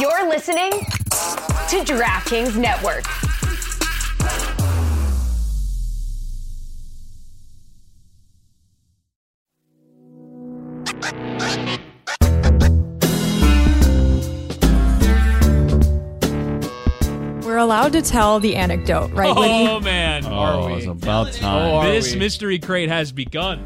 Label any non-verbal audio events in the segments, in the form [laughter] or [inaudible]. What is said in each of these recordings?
You're listening to DraftKings Network. We're allowed to tell the anecdote, right? Whitney? Oh man, Oh, are it's we? about Oh, time. are this mystery crate has begun.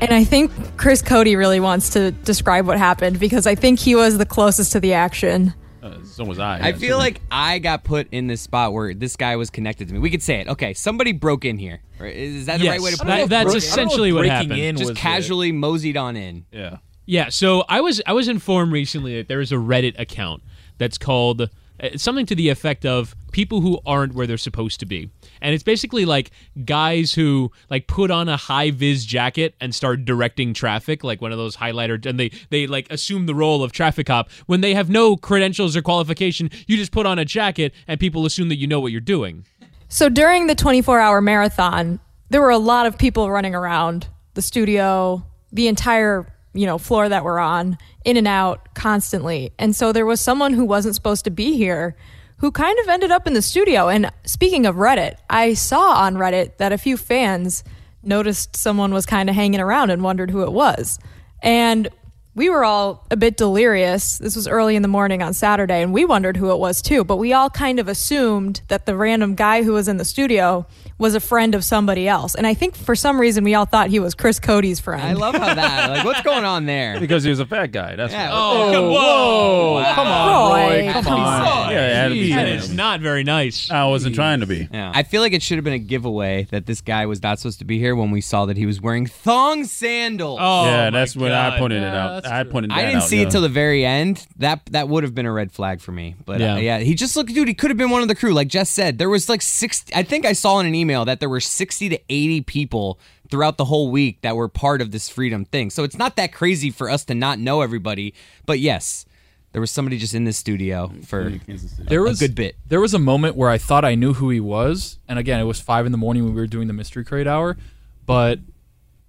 And I think Chris Cody really wants to describe what happened because I think he was the closest to the action. Uh, so was I. I feel like I got put in this spot where this guy was connected to me. We could say it. Okay, somebody broke in here. Right? Is that the right way to put that- it? that's Breaking- essentially what breaking happened. in Just was the- casually moseyed on in. yeah. Yeah, so I was I was informed recently that there is a Reddit account that's called uh, something to the effect of people who aren't where they're supposed to be. And it's basically like guys who like put on a high vis jacket and start directing traffic like one of those highlighter and they they like assume the role of traffic cop when they have no credentials or qualification. You just put on a jacket and people assume that you know what you're doing. So during the 24 hour marathon, there were a lot of people running around the studio, the entire you know floor that we're on, in and out constantly. And so there was someone who wasn't supposed to be here who kind of ended up in the studio. And speaking of Reddit, I saw on Reddit that a few fans noticed someone was kind of hanging around and wondered who it was. And we were all a bit delirious. This was early in the morning on Saturday, and we wondered who it was too. But we all kind of assumed that the random guy who was in the studio was a friend of somebody else. And I think for some reason we all thought he was Chris Cody's friend. I love how that. Like, what's going on [laughs] there? Because he was a fat guy. That's Yeah. why. Oh, whoa. come Roy, come on. Yeah, it had to be That him. is not very nice. I wasn't trying to be. Yeah. I feel like it should have been a giveaway that this guy was not supposed to be here when we saw that he was wearing thong sandals. Oh, yeah, my that's when I God. pointed it Yeah, out. that's I true. pointed. That I didn't out, see yeah. it till the very end. That that would have been a red flag for me. But yeah, Yeah. uh, yeah he just looked, dude. He could have been one of the crew. Like Jess said, there was like six. I think I saw in an email that there were sixty to eighty people throughout the whole week that were part of this freedom thing. So it's not that crazy for us to not know everybody. But yes, there was somebody just in this studio for there was good bit. There was a moment where I thought I knew who he was, and again, it was five in the morning when we were doing the mystery crate hour, but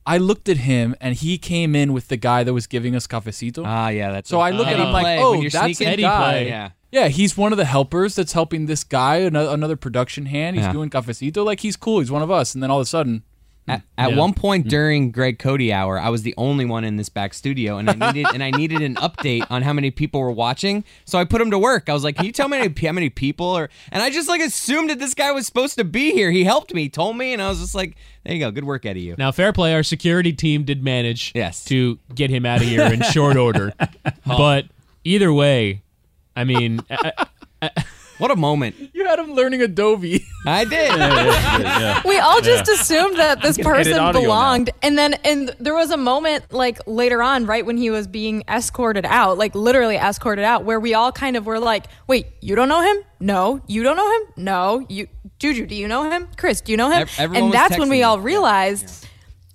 I looked at him and he came in with the guy that was giving us cafecito. ah yeah. That's so I look at Eddie him like, Play, oh, when you're that's sneaking- the Eddie guy. Play. Yeah. Yeah, he's one of the helpers that's helping this guy, another, another production hand. He's Yeah. doing cafecito. Like he's cool. He's one of us. And then all of a sudden, At, at one point during Greg Cody hour, I was the only one in this back studio, and I needed and I needed an update on how many people were watching. So I put him to work. I was like, "Can you tell me how many- how many people?" Or and I just like assumed that this guy was supposed to be here. He helped me, told me, and I was just like, "There you go, good work, Eddie." You. Now, fair play, our security team did manage Yes. to get him out of here in short [laughs] order. But either way, I mean, [laughs] uh, I- I- What a [laughs] moment! you had him learning Adobe. I did. we all just assumed that this edit person audio now. belonged and then and there was a moment like later on right when he was being escorted out like literally escorted out where we all kind of were like wait you don't know him no you don't know him no you juju do you know him chris do you know him Ev- everyone and was that's when we texting all him. realized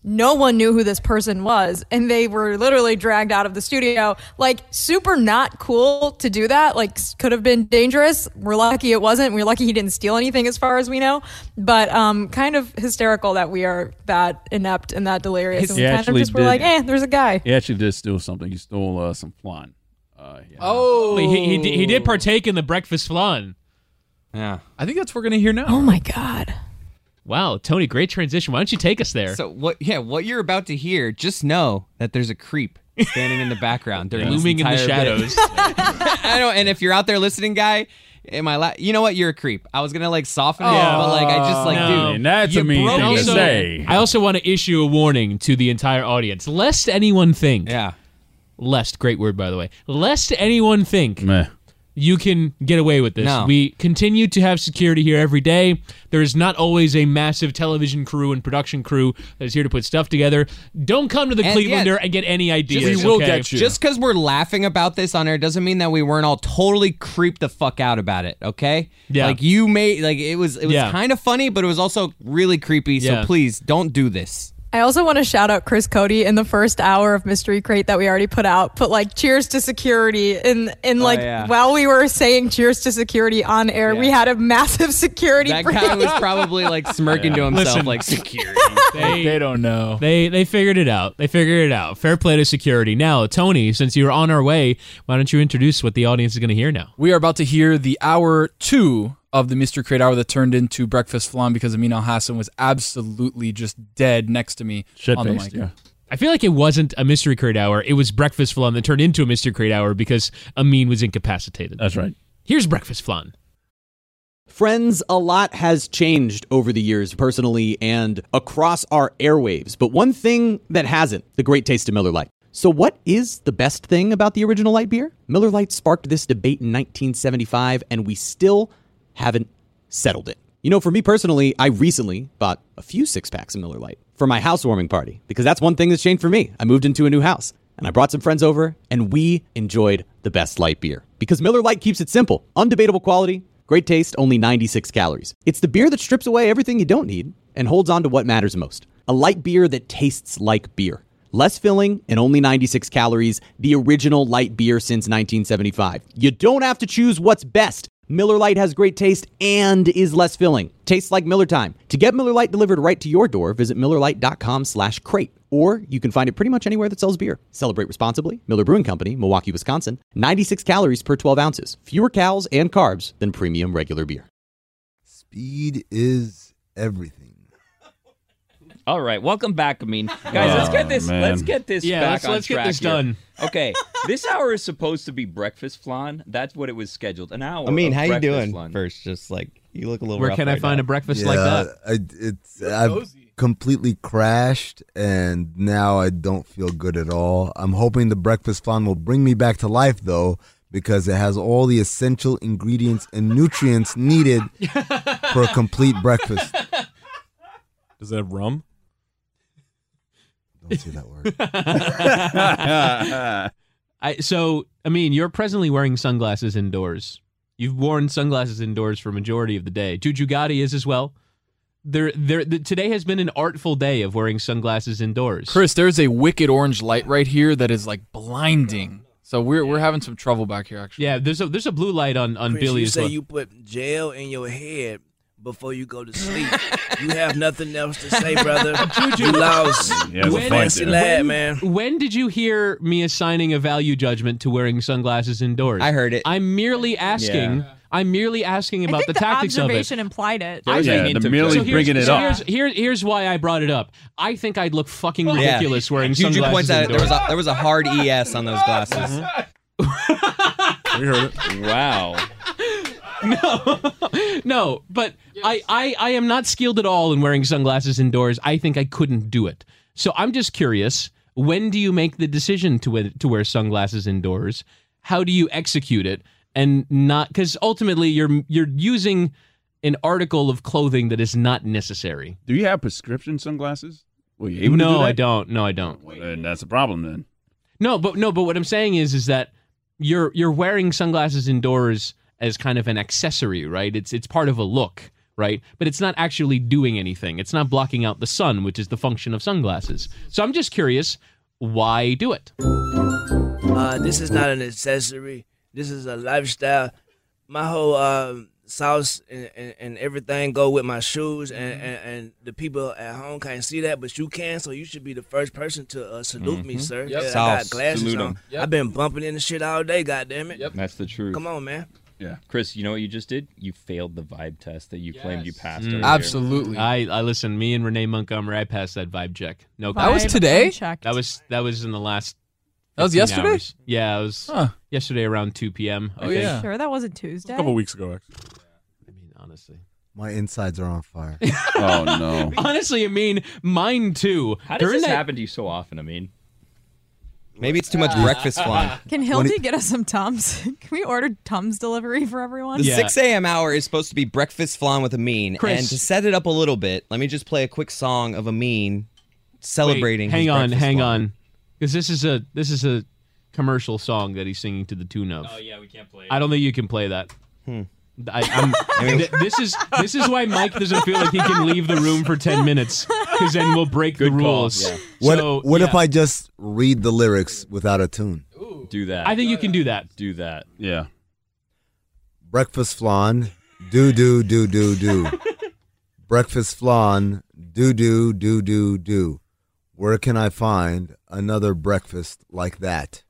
no one knew who this person was and they were literally dragged out of the studio like super not cool to do that like s- could have been dangerous we're lucky it wasn't we're lucky he didn't steal anything as far as we know but um kind of hysterical that we are that inept and that delirious and we He kind of actually just were did. like eh there's a guy He actually did steal something. He stole uh, some flan. Uh, yeah. [laughs] Oh, he, he, did- he did partake in the breakfast flan. yeah. I think that's what we're going to hear now. oh my god Wow, Tony, great transition. Why don't you take us there? So what? Yeah, what you're about to hear, just know that there's a creep standing in the [laughs] background during this Looming in the entire bit. shadows. [laughs] I know. And if you're out there listening, guy, am I? La- you know what? You're a creep. I was gonna like soften it, but like I just like, no. dude, And Oh, that's a you mean broke thing to it. also, say. I also want to issue a warning to the entire audience, lest anyone think, yeah. lest, great word by the way, lest anyone think Meh. you can get away with this. No. We continue to have security here every day. There is not always a massive television crew and production crew that is here to put [laughs] stuff together. Don't come to the And, Clevelander yeah, and get any ideas. we will okay? get you. Just because we're laughing about this on air doesn't mean that we weren't all totally creeped the fuck out about it. Okay. Yeah. Like you made like it was it was Yeah. kind of funny, but it was also really creepy. So Yeah. please don't do this. I also want to shout out Chris Cody in the first hour of Mystery Crate that we already put out. Put like cheers to security in in like Oh, yeah. while we were saying cheers to security on air, we Yeah. had a massive [laughs] security That break. [laughs] guy was probably like smirking to himself, Listen. like [laughs] security. They don't know. They they figured it out. They figured it out. Fair play to security. Now, Tony, since you're on our way, why don't you introduce what the audience is going to hear now? We are about to hear the hour two of the Mr. Crate Hour that turned into Breakfast Flan because Amin Al Hassan was absolutely just dead next to me Shit on the mic. faced, yeah. I feel like it wasn't a mystery crate hour. It was breakfast flan that turned into a mystery crate hour because Amin was incapacitated. That's right. Here's breakfast [laughs] flan. Friends, a lot has changed over the years, personally and across our airwaves. But one thing that hasn't the great taste of Miller Lite. So, what is the best thing about the original light beer? Miller Lite sparked this debate in 1975, and we still haven't settled it. You know, for me personally, I recently bought a few six packs of Miller Lite for my housewarming party because that's one thing that's changed for me. I moved into a new house and I brought some friends over and we enjoyed the best light beer because Miller Lite keeps it simple, undebatable quality, great taste, only 96 calories. It's the beer that strips away everything you don't need and holds on to what matters most. A light beer that tastes like beer. Less filling and only 96 calories, the original light beer since 1975. You don't have to choose what's best. Miller Lite has great taste and is less filling. Tastes like Miller time. To get Miller Lite delivered right to your door, visit MillerLite.com slash crate. Or you can find it pretty much anywhere that sells beer. Celebrate responsibly. Miller Brewing Company, Milwaukee, Wisconsin. 96 calories per 12 ounces. Fewer calories and carbs than premium regular beer. Speed is everything. All right, welcome back, Amin. Guys, let's Oh, get this. man. Let's get this Yeah, back let's- on let's get track this here. done. Okay, this hour is supposed to be breakfast flan. That's what it was scheduled. An hour. I mean, of how you breakfast doing? flan. First, just like you look a little. Where rough can I right find now. a breakfast like that? I, it's I've completely crashed, and now I don't feel good at all. I'm hoping the breakfast flan will bring me back to life, though, because it has all the essential ingredients and nutrients needed for a complete breakfast. Does it have rum? Don't say that word. I, so, Amin, you're presently wearing sunglasses indoors. You've worn sunglasses indoors for majority of the day. Juju Gotti is as well. There, there. The, today has been an artful day of wearing sunglasses indoors. Chris, there's a wicked orange light right here that is like blinding. So we're we're having some trouble back here actually. Yeah, there's a there's a blue light on on Chris, Billy you as say well. you put jail in your head before you go to sleep. you have nothing else to say, brother. [laughs] you lost. Yeah, it's a you When- fight fancy there. lad, man. When did you hear me assigning a value judgment to wearing sunglasses indoors? I heard it. I'm merely asking. I'm merely asking I about think the, the, tactics of it. observation implied it. There was a Yeah, hint the of merely Joe. So bringing it so up. Here's, here, here's why I brought it up. I think I'd look fucking Yeah. ridiculous wearing Juju sunglasses Mm-hmm. points out there indoors. was a, there was a hard es on those glasses. We heard it. [laughs] Wow. no, but I, I, I am not skilled at all in wearing sunglasses indoors. I think I couldn't do it. So I'm just curious. When do you make the decision to wear, to wear sunglasses indoors? How do you execute it? And not because ultimately you're you're using an article of clothing that is not necessary. Do you have prescription sunglasses? Were you able no, to do that? I don't. No, I don't. Well, then that's a problem then. No, but no, but what I'm saying is is that you're you're wearing sunglasses indoors as kind of an accessory, right? It's it's part of a look, right? But it's not actually doing anything. It's not blocking out the sun, which is the function of sunglasses. So I'm just curious, why do it? Uh, this is not an accessory. This is a lifestyle. My whole um, sauce and, and, and everything go with my shoes, and, and, and the people at home can't see that, but you can. So you should be the first person to uh, salute me, sir. Yeah, I got Sauce. glasses Salute 'em. on. I've been bumping in the shit all day. goddamn it! That's the truth. Come on, man. Chris, you know what you just did? You failed the vibe test that you claimed you passed. Mm. earlier. Absolutely. I, I listen, me and Renee Montgomery, I passed that vibe check. No, That was Vibe today? unchecked. that was that was in the last That was 15 yesterday? hours. Yeah, it was Huh. yesterday around two PM. I Oh, think. yeah. sure that wasn't Tuesday. A couple weeks ago, actually. I mean, honestly. My insides are on fire. [laughs] Oh no. Honestly, I mean mine too. How does During this that- happen to you so often? I mean, Maybe it's too much Ah. breakfast flan. [laughs] Can Hildy get us some Tums? [laughs] Can we order Tums delivery for everyone? The Yeah. 6 a.m. hour is supposed to be breakfast flan with a mean. Chris. And to set it up a little bit, let me just play a quick song of a mean Wait, celebrating. his hang on, breakfast hang flan. on, because this is a this is a commercial song that he's singing to the tune of. Oh yeah, we can't play. It. I don't think you can play that. I, I'm, th- this is this is why Mike doesn't feel like he can leave the room for ten minutes because then we'll break the rules. What, So, what if yeah, I just read the lyrics without a tune? Do that. I think you can do that. Do that. Yeah. Breakfast flan, do do do do do. Breakfast flan, do do do do do. Where can I find another breakfast like that?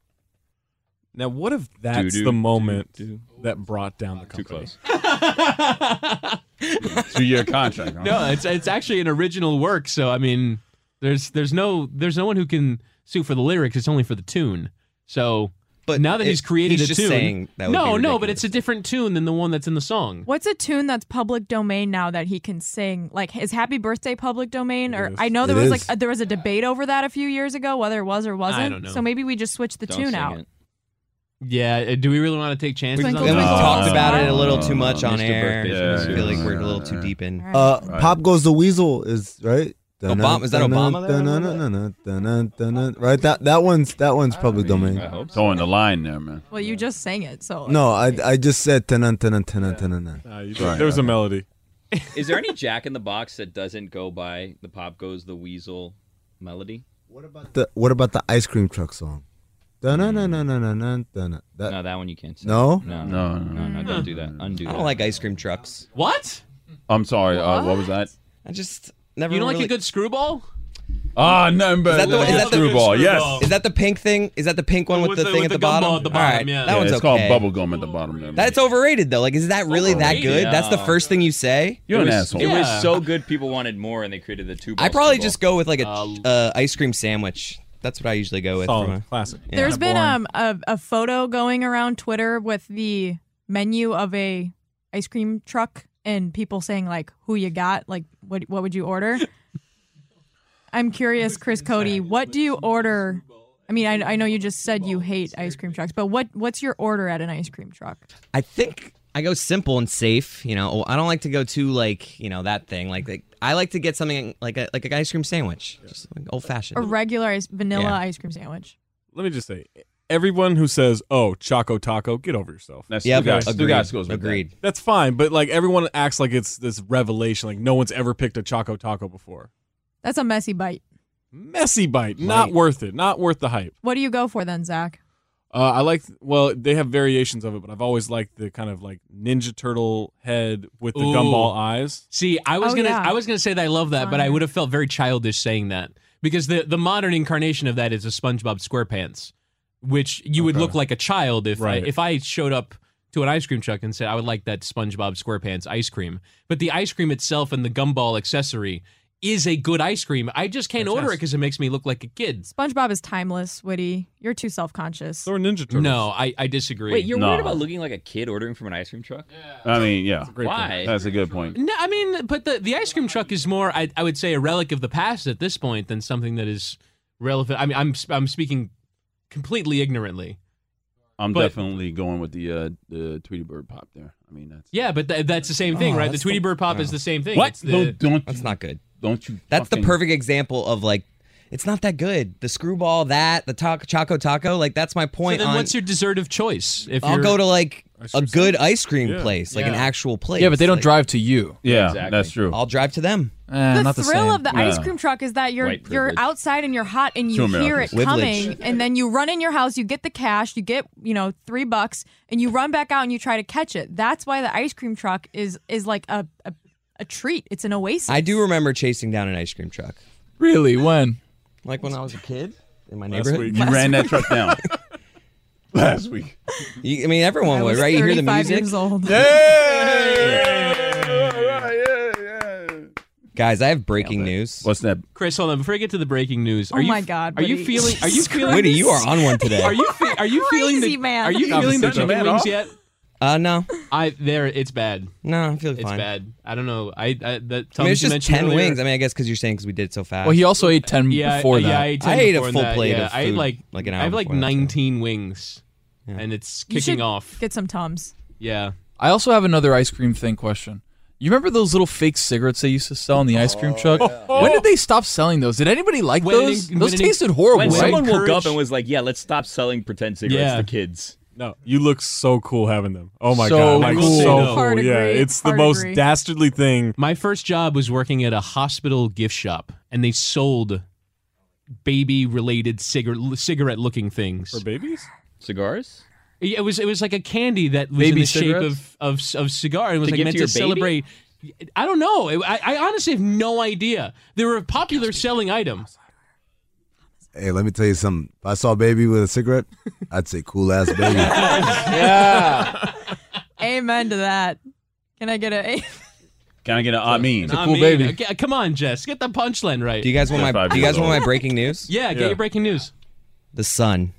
Now, what if that's Doo-doo, the moment that brought down the company? Too close. Two year contract. No, it's it's actually an original work. So I mean, there's there's no there's no one who can sue for the lyrics. It's only for the tune. So, but now that it- he's created he's a just tune, saying that would no, be no, but it's a different tune than the one that's in the song. What's a tune that's public domain now that he can sing? Like, is Happy Birthday public domain? Or It is. I know there It was is. like a, there was a debate over that a few years ago, whether it was or wasn't. don't know. So maybe we just switch the Don't tune sing out. it. Yeah, uh, do we really want to take chances? Twinkle, on that? We talked about it a little Uh, No, too much no, on Mr. air. Birthday. I feel like we're a little too deep in. Uh, Pop goes the weasel is right. Obama- is that Obama there? Obama? Right. That that one's that one's public domain. I hope Throwing the line there, man. Well, you just sang it, so No, I I just said tenan tenan tenan tenan. Uh, Nah, you- Right. uh, there's a melody. Is there any Jack in the Box that doesn't go by the Pop Goes the Weasel melody? What about The- what about the ice cream truck song? Dun-dun-dun-dun-dun-dun-dun. That, no, that one you can't. Sing. No? no, no, no, no, Don't do that. Undo. I that. don't like ice cream trucks. What? I'm sorry. Uh, what was that? I just never. You don't like really- a good screwball? Ah, nothing Is but that the, is that the screwball. Yes. Is that the pink thing? Is that the pink one with, With the, the- thing with at the the, bottom? gumball at the bottom, All right, yeah. that Yeah, one's it's called okay. bubble gum at the bottom. There. That's overrated though. Like, is that really that good? That's the first thing you say. It was- It was so good, people wanted more, and they created the two. I probably just go with like a Um, uh, ice cream sandwich. That's what I usually go with. Solid. from a, classic. There's been um, a, a photo going around Twitter with the menu of a ice cream truck and people saying like who you got like what what would you order I'm curious Chris Cody what do you order I mean I, I know you just said you hate ice cream trucks but what what's your order at an ice cream truck I think I go simple and safe. You know, I don't like to go too like you know that thing. Like, like I like to get something like a like an ice cream sandwich, just like old fashioned. a regular ice, vanilla Yeah. ice cream sandwich Let me just say, everyone who says, "Oh, Choco Taco," get over yourself. That's Yeah, Stugas- but- Stugas agreed. goes with Agreed. That's fine, but like everyone acts like it's this revelation. Like no one's ever picked a Choco Taco before. that's a messy bite Messy bite, not worth it. Not worth the hype. what do you go for then Zach Uh, I like. Well, they have variations of it, but I've always liked the kind of like Ninja Turtle head with the Ooh. gumball eyes. See, I was Oh, gonna yeah. I was gonna say that I love that, but I would have felt very childish saying that because the the modern incarnation of that is a SpongeBob SquarePants, which you would look like a child if Right. I, if I showed up to an ice cream truck and said I would like that SpongeBob SquarePants ice cream. But the ice cream itself and the gumball accessory is a good ice cream. I just can't order it because it makes me look like a kid. SpongeBob is timeless witty you're too self conscious or Ninja No, I, I disagree. Wait, you're worried about looking like a kid ordering from an ice cream truck? I mean, yeah. great point. Why? That's a good point. No, I mean, but the, the ice cream truck is more, I, I would say, a relic of the past at this point than something that is relevant. I mean, I'm sp- I'm speaking completely ignorantly. I'm But- definitely going with the uh, the Tweety Bird pop there. I mean, that's Yeah, but th- that's the same thing, Oh, right? The that's Tweety the- Bird pop is no. the same thing. What? It's the, No, don't That's not good. Don't you? That's the fucking- perfect example of like, it's not that good. The screwball, that the taco, choco taco, like that's my So point. then, on, what's your dessert of choice? If I'll you're- go to like Ice a cream good sandwich. ice cream Yeah. place, like an Yeah. actual place. Yeah, but they don't like- drive to you. Eh, Yeah, that's true. I'll drive to them. the thrill of the ice cream truck is that you're White you're privilege. outside and you're hot and Two you hear it Americans. Privilege. coming and then you run in your house you get the cash you get you know 3 bucks and you run back out and you try to catch it that's why the ice cream truck is is like a a, a treat it's an oasis I do remember chasing down an ice cream truck. Really? When? Like when I was a kid in my Last neighborhood. week. You ran that truck [laughs] down. Last week. You, I mean, everyone I would, was right? You hear the 35 music. years old. Guys, I have breaking news. What's that? Chris, hold on. Before I get to the breaking news, Oh are you, my God, Are you Woody. feeling? Are you Jesus feeling? Woody, you [laughs] are on one today. Are you? Fe- are you feeling Crazy the? man. Are you feeling the Conversation. chicken Bad wings off? yet? Uh, no. I there. It's bad. No, I feel it's fine. bad. I don't know. I, I that. I mean, it's you just mentioned ten earlier- wings. I mean, I guess because you're saying because we did it so fast. Well, he also ate ten Yeah, before yeah, that. I ate, 10 I ate a before full that. plate yeah, of I ate food, like like an I hour have like before that, so. 19 wings, and it's You kicking should off. get some tums Yeah. I also have another ice cream thing question. You remember those little fake cigarettes they used to sell in the ice Oh, cream truck? When did they stop selling those? Did anybody like When it those? en- those when it en- tasted horrible, When right? someone woke up and was like, "Yeah, let's stop selling pretend cigarettes Yeah. to kids." No, you look so cool having them. Oh my So god, like cool. so Hard cool. yeah, agree, it's the hard most agree. [laughs] dastardly thing. My first job was working at a hospital gift shop, and they sold baby-related cigar- cigarette-looking things for babies. Cigars? Yeah, it was it was like a candy that was in Baby the shape cigarettes? of of of cigar. It was To like give meant to to your baby? celebrate. I don't know. I, I honestly have no idea. They were a popular selling item. Hey, let me tell you something. If I saw a baby with a cigarette, [laughs] I'd say cool ass baby. [laughs] Amen to that. Can I get a? [laughs] Can I get an I mean? I mean, uh, okay, come on, Jess, get the punchline right. Do you guys want my? Five Do you guys years want my old. [laughs] breaking news? Yeah, get your breaking news. The sun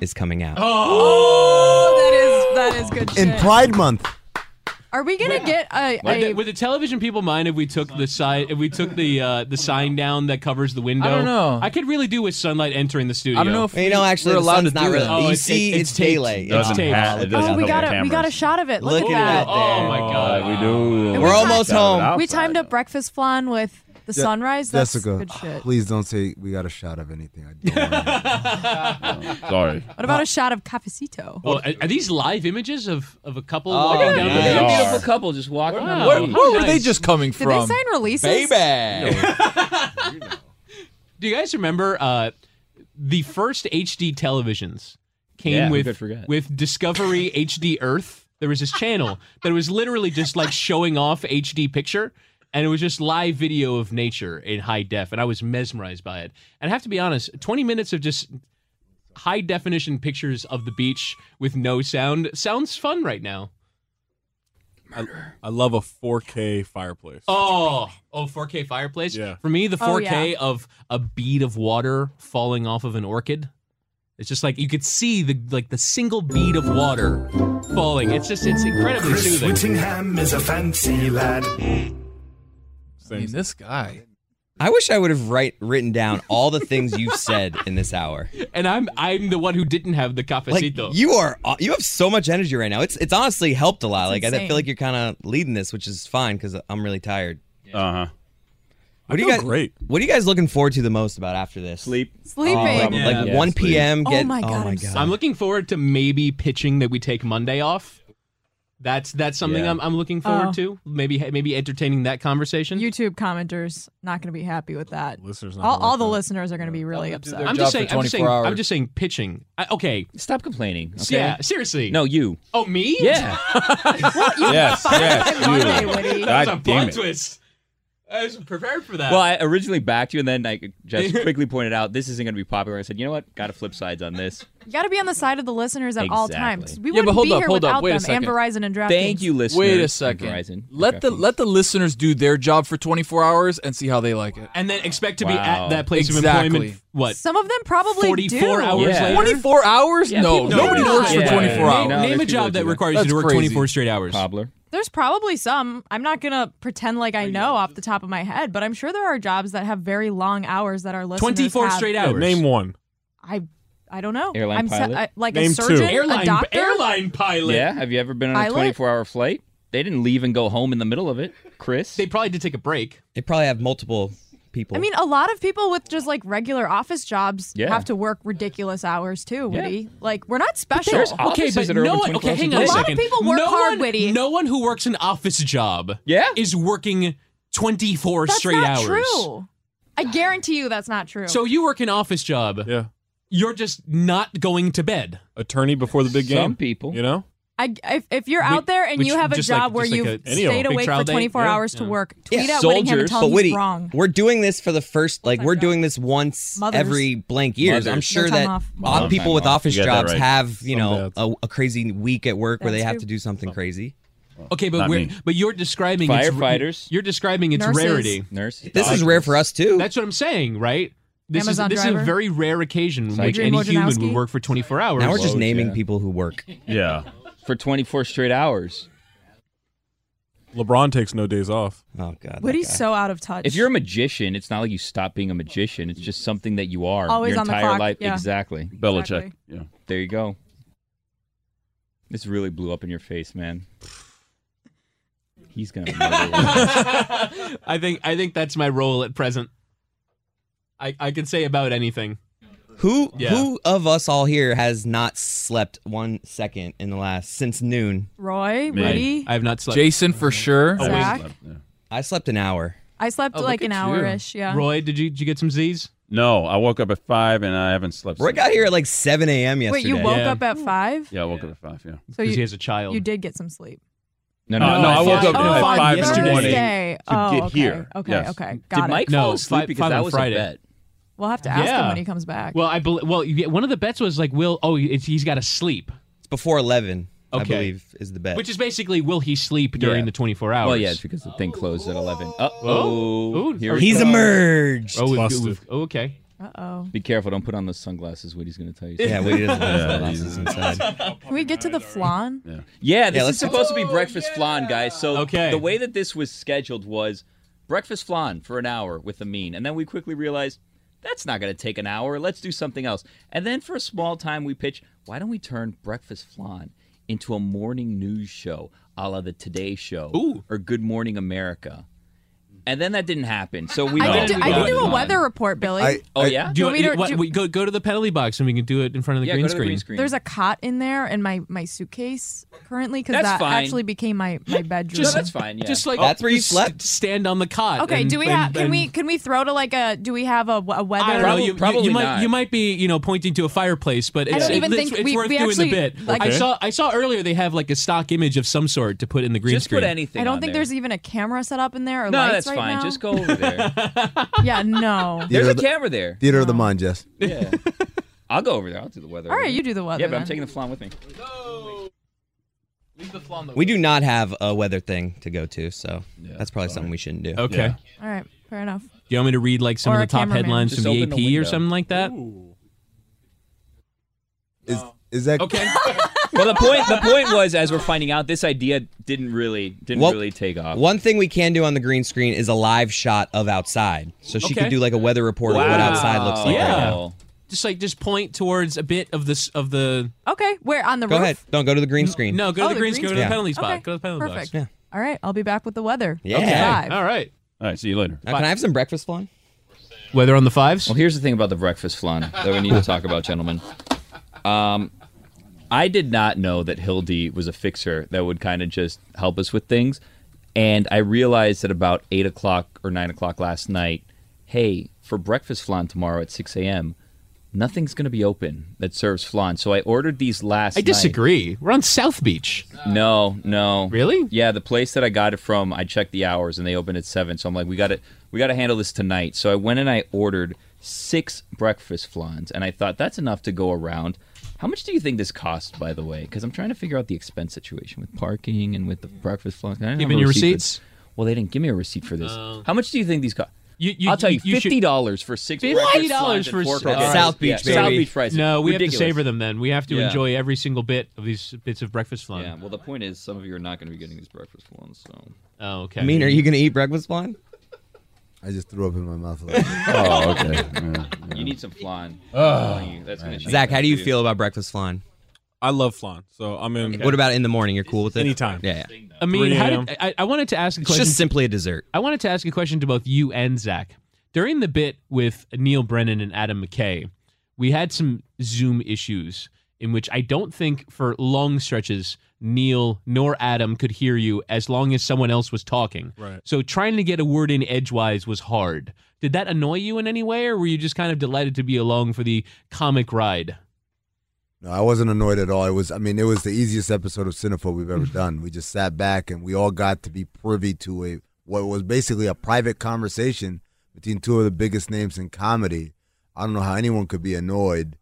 is coming out. Oh! Oh, that is that is good. In shit. Pride Month, Are we gonna get a? Would the, a would the television people mind if we took the side if we took the uh, the sign down that covers the window? I don't know. I could really do with sunlight entering the studio. I don't know if You know, actually, we're the allowed sun's to not do really. that. you Oh, it's- see, it's- it's, it's taped. daylight. Doesn't It's taped. have- it doesn't oh, we help got the a we got a cameras. shot of it. Look, Look at, at that. it there. Oh my god. we do. We're almost home. We timed up breakfast flan with the Je- sunrise. That's Jessica, good shit. please don't say we got a shot of anything. I [laughs] don't want it. Sorry. What about a shot of cafecito? Well, are, are these live images of, of a couple Oh, walking down yeah. the A beach? beautiful couple just walking on the Wow. beach. Where were they Nice. just coming Did they from? sign releases? Baby. [laughs] Do you guys remember uh, the first HD televisions came Yeah, who could with forget? with Discovery HD Earth? There was this channel that was literally just like showing off HD picture, and it was just live video of nature in high def, and I was mesmerized by it. And I have to be honest, twenty minutes of just high definition pictures of the beach with no sound sounds fun right now. I, I love a 4K fireplace. Oh, oh, 4K fireplace. Yeah. For me, the 4K Oh, yeah. of a bead of water falling off of an orchid. It's just like you could see the like the single bead of water falling. It's just it's incredibly soothing. Whittingham is a fancy lad. I mean, this guy. I wish I would have write, written down all the things you've said in this hour. [laughs] And I'm I'm the one who didn't have the Like cafecito. you are, uh, you have so much energy right now. It's it's honestly helped a lot. like I insane. feel like you're kind of leading this, which is fine because I'm really tired. Uh huh. Uh-huh. What do you feel guys? great. What are you guys looking forward to the most about after this? Sleep. Sleeping. like, Yeah. like Yeah, 1 sleep. p.m. Oh Get, my God, Oh my I'm god. so- I'm looking forward to maybe pitching that we take Monday off. That's that's something Yeah. I'm I'm looking forward Oh. to. Maybe maybe entertaining that conversation. YouTube commenters not going to be happy with that. Listeners not all gonna like all the that. listeners are going to be really upset. I'm job just for saying. I'm just 24 saying. I'm hours. just saying. Pitching. I, okay. Stop complaining. Okay? Yeah. Seriously. No, you. Oh me. [laughs] Yeah. [laughs] Yes, yes, By Monday, you. Woody. God That's a damn plot it. twist. I was prepared for that. Well, I originally backed you, [laughs] and then like Jess quickly pointed out this isn't going to be popular. I said, you know what? Got to flip sides on this. You got to be on the side of the listeners at all Exactly. times. We Yeah, wouldn't but hold be up, here hold without up, wait a them. And second. Verizon and DraftKings. Thank you, listeners. Wait a and second. Verizon, let the DraftKings. let the listeners do their job for 24 hours and see how they like it. and then expect to be Wow. at that place Exactly. of employment. What? Some of them probably 44 do. hours Yeah. later. 24 hours? Yeah, no, people- nobody Yeah. works Yeah. for 24 Yeah. hours. No, Name a there's people job that that do that. requires you That's to work crazy. 24 straight hours. cobbler. There's probably some. I'm not going to pretend like I know off the top of my head, but I'm sure there are jobs that have very long hours that are listeners 24 have. straight Yeah, hours. name one. I I don't know. Airline Oh, I'm se- pilot? I- like Name a two. surgeon, a airline doctor. airline pilot. Yeah. Have you ever been on a Pilot? 24 hour flight? They didn't leave and go home in the middle of it, Chris. They probably did take a break. They probably have multiple people. I mean, a lot of people with just like regular office jobs Yeah. have to work ridiculous hours too, Woody. Like we're not special. there's op- Okay, Offices but that are no open one. 24 Okay, hang hours on a a day. A lot of second. people work no hard, one, Whitty. No one who works an office job Yeah. is working 24 that's straight not hours. true. I guarantee you that's not true. So you work an office job. Yeah, You're just not going to bed. attorney before the big game. Some people. you know. I, if, if you're out there and which- you have a just like- job where just like you've a- any of stayed them. Big awake trial for day? 24 Yeah, hours to yeah. work, tweet Yeah, at Whittingham and soldiers, tell but him Woody, he's wrong. we're doing this for the first, like, that we're job? doing this once Mothers. every blank years. I'm Mothers. sure No time that off. odd people with off. office You got that jobs right. have, you Some know, dads. a, a crazy week at work where Dads they have do. to do something crazy. Okay, but Not we're, me. but you're describing Firefighters. Its, you're describing its Nurses. rarity. Nurse. This is rare for us, too. That's what I'm saying, right? This Amazon is this is driver. a very rare occasion in which Adrian any human Wojnarowski. would work for 24 hours. now we're just Loads, naming yeah. people who work. Yeah. for 24 straight hours. LeBron takes no days off. Oh, God. that Woody's guy. so out of touch. If you're a magician, it's not like you stop being a magician. It's just something that you are Always your on the entire clock, life. yeah. Exactly. Belichick. Yeah. There you go. This really blew up in your face, man. He's gonna murder you. [laughs] I think I think that's my role at present. I, I can say about anything. Who Yeah. who of us all here has not slept one second in the last since noon? Roy, Rudy, I have not slept. Jason for sure. Always Zach? slept, I slept an hour. I slept Oh, like look an at hour you. ish. Yeah. Roy, did you did you get some Z's? No, I woke up at five and I haven't slept. Roy got here at like seven a.m. Wait, you woke up at five? Yeah, I woke up at five. Yeah, So you- child. You did get some sleep. No, no, Uh, no, no, I woke up five- at oh, five in the yesterday. morning Thursday. to Oh, get okay, here. okay, Yes. okay, got Did it. Mike no, fall asleep? fi- Because five that on was a Friday. bet. We'll have to ask him Yeah. when he comes [laughs] back. Well, I believe. Well, yeah, one of the bets was like, will oh, it's, he's got to sleep. It's before eleven, okay. I believe is the bet. Which is basically, will he sleep during Yeah. the 24 hours? Well, yeah, it's because the thing closed at eleven. Oh. Uh oh, Ooh. here He's a emerged. Oh, we've- Busted. we've- oh, okay. Uh oh. Be careful! Don't put on those sunglasses. What he's going [laughs] to tell you. Yeah, Woody doesn't have he's- [laughs] sunglasses inside. Can we get to the flan? Yeah, yeah this Yeah, is let's- supposed Oh, to be breakfast flan, guys. So the way that this was scheduled was breakfast flan for an hour with the mean, and then we quickly realized that's not going to take an hour. Let's do something else. And then for a small time, we pitched, why don't we turn breakfast flan into a morning news show, a la the Today Show or Good Morning America. And then that didn't happen. So we I can do, finally I got can do it a on. weather report, Billy. Oh yeah. Do you, Do we to- what- do- we go go to the penalty box and we can do it in front of the Yeah, green go to the screen. green screen. There's a cot in there and my, my suitcase currently because That's that fine. actually became my, my bedroom. Just, Just like That's where you just slept? Stand on the cot. Okay, and- do we and- have? Can and- we can we throw to like a? Do we have a, a weather? I don't know. You, you- you might you might be you know pointing to a fireplace, but I it's, don't even it's, think it's we- worth we doing actually- the bit. like- I Okay. saw I saw earlier they have like a stock image of some sort to put in the green Just put screen. anything. I don't think there's even a camera set up in there or No, lights that's right fine. now. Just go over there. [laughs] yeah, [laughs] no. There's Theater a of the- camera there. Theater Oh. of the mind, Jess. Yeah. I'll go over there. I'll do the weather. All over right, there. you do the weather Yeah, but I'm then. taking the flan with me. We do not have a weather thing to go to, so that's probably something we shouldn't do. Okay. Yeah. All right, fair enough. Do you want me to read like some Or of the a top cameraman. headlines Just from the open the AP or window. something like that? Is that [laughs] okay? well, the point the point was, as we're finding out, this idea didn't really didn't Well- really take off. One thing we can do on the green screen is a live shot of outside, so Okay. she could do like a weather report of what outside looks like. Yeah. Right now. Just like just point towards a bit of this of the. Okay, where on the Go roof? ahead. Don't go to the green screen. No, go Oh, to the green screen. Go to the screen. penalty Yeah. spot. Okay, Go to the penalty perfect. box. All right, I'll be back with the weather. Yeah. Okay. Five. All right. All right, see you later. Now, can I have some breakfast flan? Weather on the fives. Well, here's the thing about the breakfast flan that we need to talk about, gentlemen. Um, I did not know that Hildy was a fixer that would kind of just help us with things, and I realized at about eight o'clock or nine o'clock last night, hey, for breakfast flan tomorrow at six a.m. Nothing's going to be open that serves flan, so I ordered these last. I night. disagree. We're on South Beach. No, no. Really? Yeah, the place that I got it from, I checked the hours and they opened at seven. So I'm like, we got to we got to handle this tonight. So I went and I ordered six breakfast flans, and I thought that's enough to go around. How much do you think this cost, by the way? Because I'm trying to figure out the expense situation with parking and with the breakfast flan. I don't Give have me a your receipt for- receipts? Well, they didn't give me a receipt for this. Oh. How much do you think these cost? You- you- I'll tell you, you should- fifty dollars for six. Fifty breakfast dollars flans for and four s- croquettes. uh, South Beach, Yeah, baby. South Beach fries. No, we Ridiculous. have to savor them. Then we have to Yeah. enjoy every single bit of these bits of breakfast flan. Yeah, well, the point is, some of you are not going to be getting these breakfast ones. So Oh, okay. I mean, are you gonna eat breakfast flan? I just threw up in my mouth. A little bit. [laughs] [laughs] [laughs] Oh, okay. you need some flan. Oh. That's gonna change Zach, how do you things. feel about breakfast flan? I love flan, so I'm in. What about in the morning? You're cool with it? Anytime. Yeah. yeah. I mean, 3 how a.m.. did, I, I wanted to ask a It's question. just simply a dessert. I wanted to ask a question to both you and Zach. During the bit with Neil Brennan and Adam McKay, we had some Zoom issues in which I don't think for long stretches Neil nor Adam could hear you as long as someone else was talking. Right. So trying to get a word in edgewise was hard. Did that annoy you in any way, or were you just kind of delighted to be along for the comic ride? No, I wasn't annoyed at all. It was, I mean, it was the easiest episode of Cinephobe we've Mm-hmm. ever done. We just sat back and we all got to be privy to a what was basically a private conversation between two of the biggest names in comedy. I don't know how anyone could be annoyed.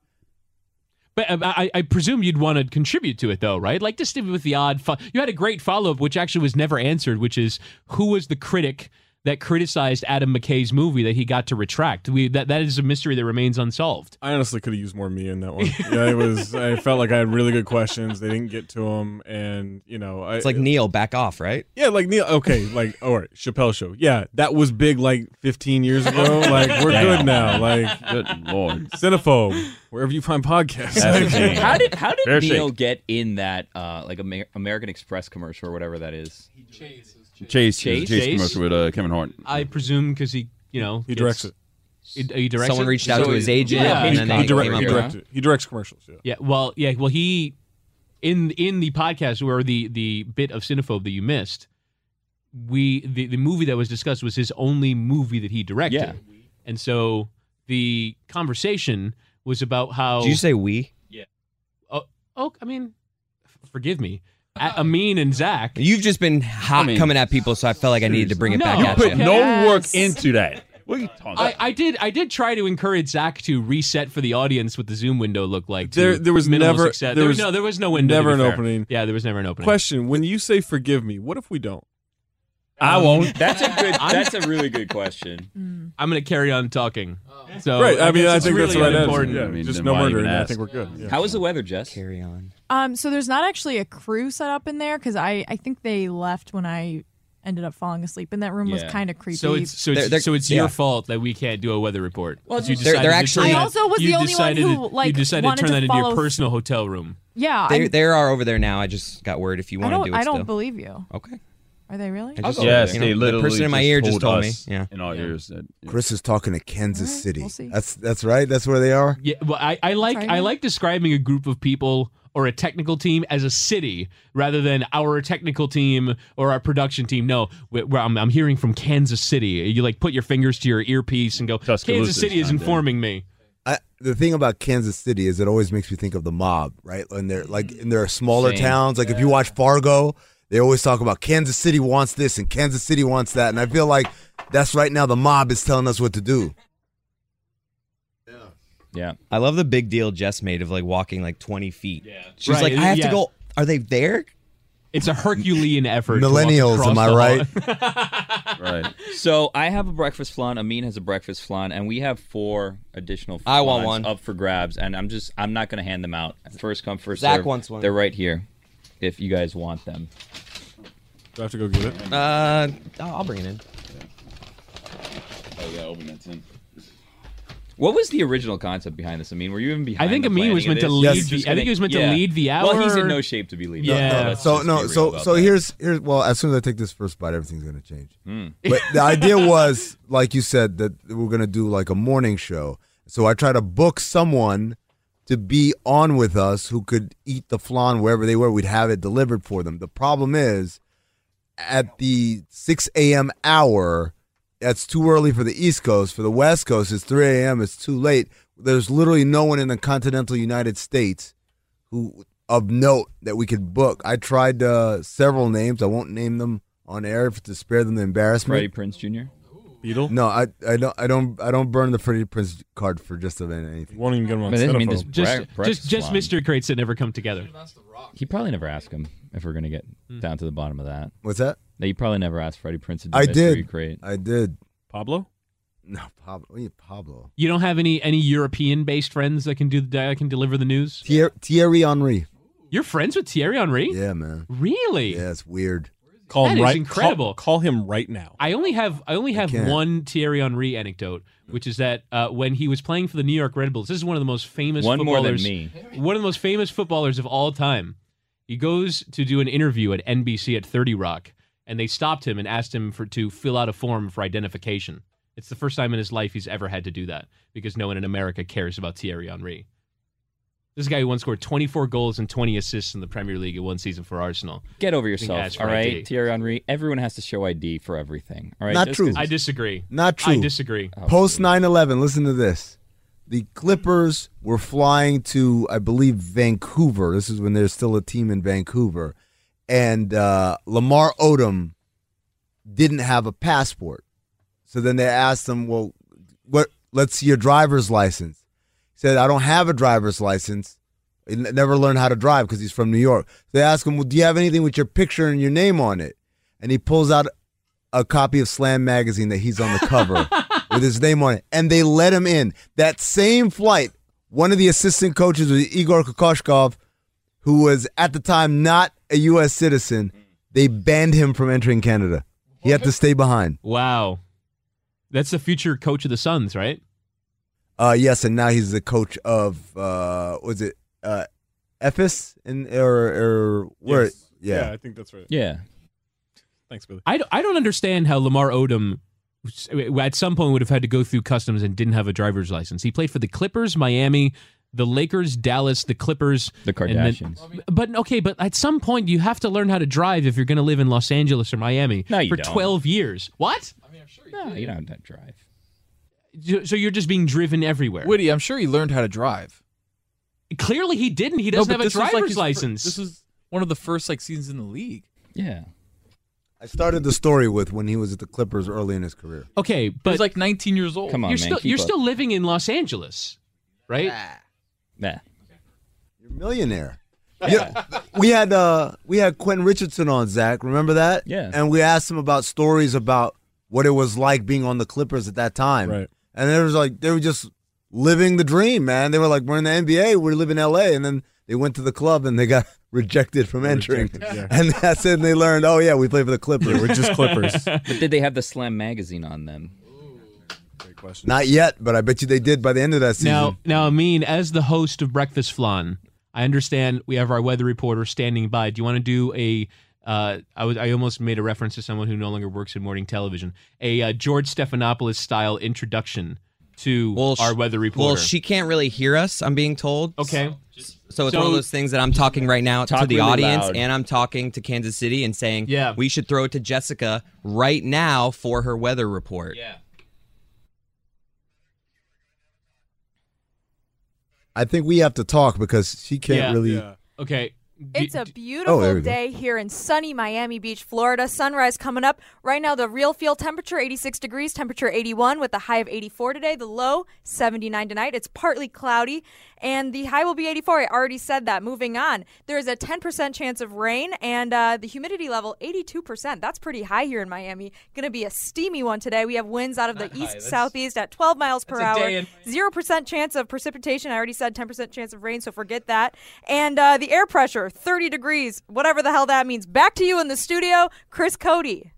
But uh, I, I presume you'd want to contribute to it, though, right? Like just with the odd. Fo- you had a great follow up, which actually was never answered, which is who was the critic that criticized Adam McKay's movie that he got to retract? We that that is a mystery that remains unsolved. I honestly could have used more me [laughs] in that one. Yeah, it was. I felt like I had really good questions. They didn't get to them, and you know, I, It's like Neil, back off, right? yeah, like Neil. Okay, like all right, Chappelle Show. Yeah, that was big like 15 years ago. Like we're good now. Like Good lord. Cinephobe, wherever you find [laughs] podcasts. That's insane. how did how did Fair Neil shake. get in that uh, like Amer- American Express commercial or whatever that is? Chase. Chase? Chase, Chase, Chase? commercial with uh, Kevin Hart. I presume because he, you know, He directs gets it. It- he directs Someone it? reached out So to it- his agent, yeah. and then they he, direct- came he, up with- directed- he directs commercials. Yeah. Yeah, well, yeah, well, he in in the podcast where the the bit of cinephobe that you missed, we the, the movie that was discussed was his only movie that he directed, Yeah. and so the conversation was about how Did you say we? yeah, oh, oh I mean, f- forgive me, A- Amin and Zach, You've just been hot coming at people, so I felt like I needed to bring it No, back at you you. put no work into that. What are you I, I did I did try to encourage Zach to reset for the audience what the Zoom window looked like. to There, there was minimal never success. there was no there was no window. to Never be an fair. opening. Yeah, there was never an opening. Question: When you say "forgive me," what if we don't? Um, I won't. That's a [laughs] good. I'm- That's a really good [laughs] question. Hmm. I'm gonna carry on talking. Oh. So Right, I mean, guess I it's think really that's the right answer. unimportant. Yeah, I mean, just then no why murdering, even I ask? think we're good. Yeah. How is the weather, Jess? Carry on. Um, so there's not actually a crew set up in there because I, I think they left when I ended up falling asleep, and that room was Yeah. kind of creepy. So it's so it's, They're- they're- so it's yeah. your fault that we can't do a weather report. Well, 'Cause you they're- decided they're to actually- turn I that- also was you the only one decided who, to- you like, decided wanted to turn to that into your follow- personal hotel room. yeah, They, I'm- they are over there now. I just got word if you I want to don't do it I don't still. believe you. Okay. Are they really? I just- Yes, you they know, literally. The person in my ear just told us me. Yeah. In our ears that. Chris is talking to Kansas City. we'll see. that's that's right. That's where they are. Yeah, well, I, I like Sorry, I man. like describing a group of people or a technical team as a city rather than our technical team or our production team. No, we- we're- I'm, I'm hearing from Kansas City. You like put your fingers to your earpiece and go. Kansas Tuscaloosa's City is not there. informing me. I, the thing about Kansas City is it always makes me think of the mob, right? When they're like in their smaller Same. towns, like if you watch Fargo, they always talk about Kansas City wants this and Kansas City wants that, and I feel like that's right now the mob is telling us what to do. Yeah. I love the big deal Jess made of like walking like 20 feet. Yeah. She's Right, like, I have yeah. to go. Are they there? It's a Herculean effort. to walk Millennials, across am I the right? [laughs] Right. So I have a breakfast flan. Amin has a breakfast flan, and we have four additional. I want flans one. up for grabs, and I'm just I'm not gonna hand them out. First come, first Zach serve. wants one. They're right here. If you guys want them, Do I have to go get it? Uh, I'll I'll bring it in. Oh yeah, open that tin. what was the original concept behind this? Amin, were you even I behind? think the Amin was meant planning to of lead. this? You're the, just I think gonna- he was meant yeah. to lead the hour. Well, he's in no shape to be leading. Yeah. No, No, let's so just be no, real so about so that. here's here's well, as soon as I take this first bite, everything's gonna change. Hmm. But the [laughs] idea was, like you said, that we're gonna do like a morning show. So I try to book someone to be on with us who could eat the flan wherever they were. We'd have it delivered for them. The problem is, at the six a.m. hour, that's too early for the East Coast. For the West Coast, it's three a.m. It's too late. There's literally no one in the continental United States who of note that we could book. I tried uh, several names. I won't name them on air to spare them the Freddie embarrassment. Prince Jr. Beetle. No, I, I don't I don't I don't burn the Freddie Prince card for just about anything. Won't even get him on Man, I mean, Cinephobe. this- just, Bre- just, just breakfast mystery crates that never come together. He probably never asked him if we're gonna get Hmm. down to the bottom of that. What's that? That you probably never asked Freddie Prince to do I mystery did. crate. I did. Pablo. No, Pablo. what are you, Pablo. You don't have any any European based friends that can do that can deliver the news. Thier- Thierry Henry. You're friends with Thierry Henry? Yeah, man. Really? Yeah, it's weird. Call That him is right. incredible. Call, call him right now. I only have I only have can't. one Thierry Henry anecdote, which is that uh, when he was playing for the New York Red Bulls, this is one of the most famous One more than footballers, me. one of the most famous footballers of all time. He goes to do an interview at NBC at Thirty Rock, and they stopped him and asked him for to fill out a form for identification. It's the first time in his life he's ever had to do that because no one in America cares about Thierry Henry. This is a guy who once scored 24 goals and 20 assists in the Premier League in one season for Arsenal. Get over I asked yourself, for all right, ID. Thierry Henry. Everyone has to show ID for everything, all right? Not Just true. 'cause- Oh, I disagree. Not true. I disagree. Post 9 11, listen to this. The Clippers were flying to, I believe, Vancouver. This is when there's still a team in Vancouver. And uh, Lamar Odom didn't have a passport. So then they asked him, Well, what? let's see your driver's license. He said, I don't have a driver's license. He n- never learned how to drive because he's from New York. They asked him, Well, do you have anything with your picture and your name on it? And he pulls out a copy of Slam magazine that he's on the cover with his name on it, and they let him in. That same flight, one of the assistant coaches was Igor Kokoshkov, who was at the time not a U.S. citizen. They banned him from entering Canada. He had to stay behind. Wow. That's the future coach of the Suns, right? Uh, yes, and now he's the coach of uh, was it uh, Ephes in or or where? Yes. Yeah. I think that's right. Yeah. Thanks, Billy. I, d- I don't understand how Lamar Odom at some point would have had to go through customs and didn't have a driver's license. He played for the Clippers, Miami, the Lakers, Dallas, the Clippers, the Kardashians. but okay, but at some point you have to learn how to drive if you're going to live in Los Angeles or Miami No, you for don't. 12 years. What? I mean, I'm sure you No, you don't have to drive. So you're just being driven everywhere. Woody, I'm sure he learned how to drive. Clearly, he didn't. He doesn't have a driver's license. this was one of the first like seasons in the league. Yeah. I started the story with when he was at the Clippers early in his career. Okay, but he was like 19 years old. you're still you're still living in Los Angeles, right? Nah. You're a millionaire. Yeah. we had uh we had Quentin Richardson on Zach. Remember that? Yeah. And we asked him about stories about what it was like being on the Clippers at that time. Right. And it was like they were just living the dream, man. They were like, we're in the NBA, we live in LA, and then they went to the club and they got [laughs] rejected from entering. And that's it. And they learned, oh yeah, we play for the Clippers. [laughs] but did they have the Slam magazine on them? Great question. Not yet, but I bet you they did by the end of that season. Now, now, Amin, as the host of Breakfast Flan, I understand we have our weather reporter standing by. Do you want to do a? Uh, I was I almost made a reference to someone who no longer works in morning television. A uh, George Stephanopoulos style introduction to our weather reporter. Well, she can't really hear us. I'm being told. Okay. So it's So- one of those things that I'm talking right now Talk to the really audience, loud. and I'm talking to Kansas City and saying, Yeah. we should throw it to Jessica right now for her weather report." Yeah. I think we have to talk because she can't Yeah. really Okay. It's a Oh, beautiful there we go. day here in sunny Miami Beach, Florida. Sunrise coming up. Right now, the real field temperature 86 degrees, temperature 81 with a high of 84 today, the low 79 tonight. It's partly cloudy and the high will be 84. I already said that. Moving on, there is a 10% chance of rain and uh, the humidity level 82%. That's pretty high here in Miami. Going to be a steamy one today. We have winds out of the east southeast at 12 miles per that's a hour. day in Zero percent chance of precipitation. I already said ten percent chance of rain, so forget that. And uh, the air pressure, thirty degrees, whatever the hell that means. Back to you in the studio, Chris Cody.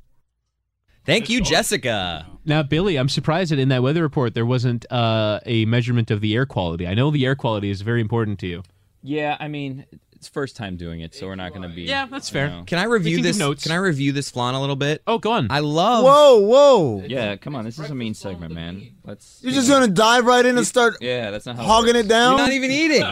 Thank you, Jessica. Now, Billy, I'm surprised that in that weather report there wasn't uh, a measurement of the air quality. I know the air quality is very important to you. Yeah, I mean, it's first time doing it, so we're not going to be. Yeah, that's fair. Can I We review can give this? notes. Can I review this flan a little bit? Oh, go on. I love. Whoa, whoa. Yeah, come on. This is a mean segment, man. Let's. You're just gonna dive right in and start Yeah, that's not how. hogging it down. You're not even eating.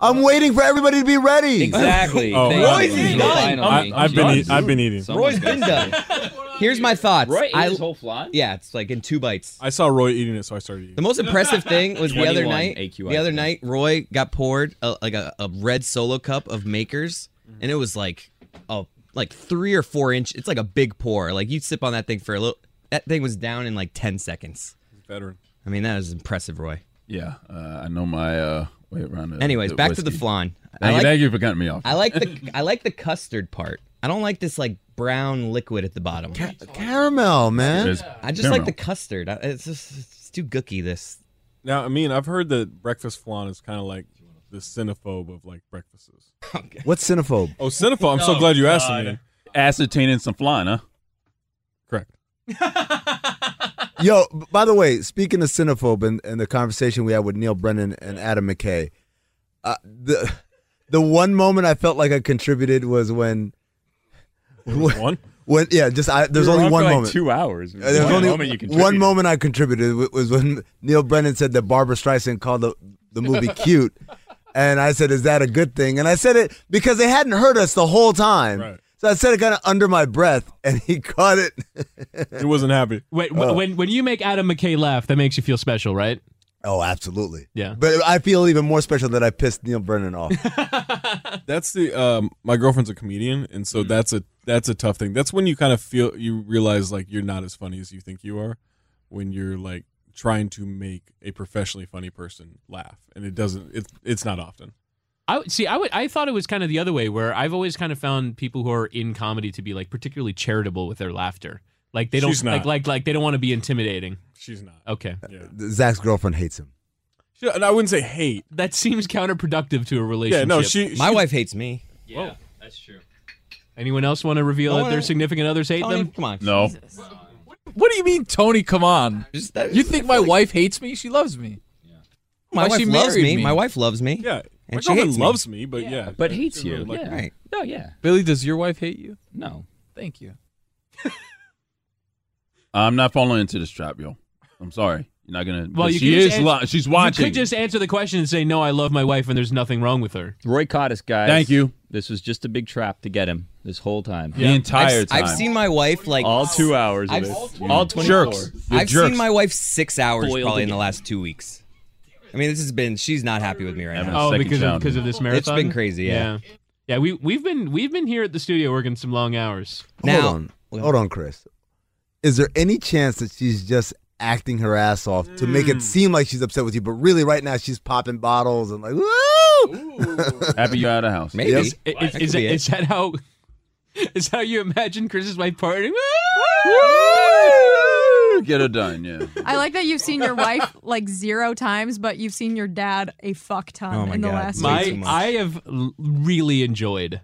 I'm waiting for everybody to be ready. Exactly. Oh, Thank Roy's you. eating. Finally. I- I've been eat- I've been eating. Someone's Roy's been gotta done. Here's my thoughts. Roy ate I- his whole flan? Yeah, it's like in two bites. I saw Roy eating it, so I started eating. The most impressive [laughs] thing was the other 21 night. AQI the other today. night, Roy got poured a, like a, a red solo cup of Makers, and it was like a like three or four inch. It's like a big pour. Like you sip on that thing for a little. That thing was down in like ten seconds. Veteran. I mean, that is impressive, Roy. Yeah, uh, I know my uh, way around it. Anyways, back to the flan. I Thank, you- like- thank you for cutting me off. I [laughs] like the I like the custard part. I don't like this like brown liquid at the bottom. Caramel, man. I just like the custard. I- It's just it's too gooky. This Now, I mean, I've heard that breakfast flan is kind of like the cinephobe of like [laughs] breakfasts. What's cinephobe? Oh, cinephobe! I'm so glad you asked God. me. Ascertaining some flan, huh? [laughs] Yo, b- by the way, speaking of cinephobe and, and the conversation we had with Neil Brennan and Adam McKay, uh, the the one moment I felt like I contributed was when when, one when yeah, just I, there's We were only on one for like moment. two hours. Uh, There's One only moment you one contributed. moment I contributed w- was when Neil Brennan said that Barbara Streisand called the the [laughs] movie cute, and I said, "Is that a good thing?" And I said it because they hadn't heard us the whole time, so I said it kind of under my breath, and he caught it. Uh. He wasn't happy. Wait, wh- Uh. when when you make Adam McKay laugh, that makes you feel special, right? Oh, absolutely. Yeah. But I feel even more special that I pissed Neil Brennan [laughs] off. That's the um my girlfriend's a comedian and Mm. so that's a that's a tough thing. That's when you kind of feel you realize like you're not as funny as you think you are when you're like trying to make a professionally funny person laugh and it doesn't it's it's not often. I would- see. I would. I thought it was kind of the other way, where I've always kind of found people who are in comedy to be like particularly charitable with their laughter. Like they don't She's not. like like like they don't want to be intimidating. She's not. Okay. Zach's girlfriend hates him. She, and I wouldn't say hate. That seems counterproductive to a relationship. Yeah, no, she- my wife hates me. Yeah, that's true. Anyone else want to reveal No, that no, their no. significant others hate Tony, them? come on. No. What do you mean, Tony? Come on. that- you think my wife hates me? She loves me. My Why wife she loves married me. me. My wife loves me. Yeah. and my she girlfriend hates loves me. me, but yeah. But hates doesn't you. really like yeah. me. Right. No, yeah. Billy, does your wife hate you? No. Thank you. I'm not falling into this trap, yo. I'm sorry. You're not gonna. Well, but you she could just is. ans- li- she's you watching. could just answer the question and say, "No, I love my wife, and there's nothing wrong with her." Roy Cottis, guys. Thank you. This was just a big trap to get him this whole time. The entire I've, I've seen my wife like all two hours of I've, it. All 24. Jerks. The I've jerks. seen my wife six hours Boiled probably in again. the last two weeks. I mean, this has been. She's not happy with me right Having now. a Oh, second because of- child. because of this marathon? It's been crazy. Yeah. yeah, Yeah, We we've been we've been here at the studio working some long hours. hold on, hold on, Chris. Is there any chance that she's just acting her ass off to make Mm. it seem like she's upset with you, but really right now she's popping bottles and like, woo! Happy you're out of the house. Maybe. Is, is, is, that, is that how [laughs] is that how you imagine Chris's wife partying? Get her done. Yeah. [laughs] I like that you've seen your wife like zero times, but you've seen your dad a fuck ton in the last week. Oh My, I have l- really enjoyed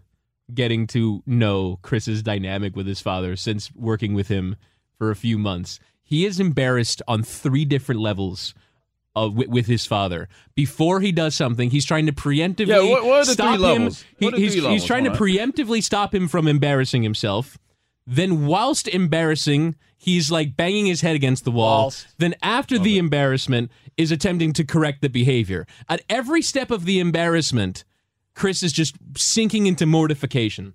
getting to know Chris's dynamic with his father since working with him for a few months. He is embarrassed on three different levels. Of, with, with his father, before he does something, he's trying to preemptively Yeah, what- what are the stop three him. levels? He- What are the he's, three he's levels? trying to Hold on. preemptively stop him from embarrassing himself. Then, whilst embarrassing, he's like banging his head against the wall. Then, after the embarrassment, is attempting to correct the behavior. At every step of the embarrassment, Chris is just sinking into mortification.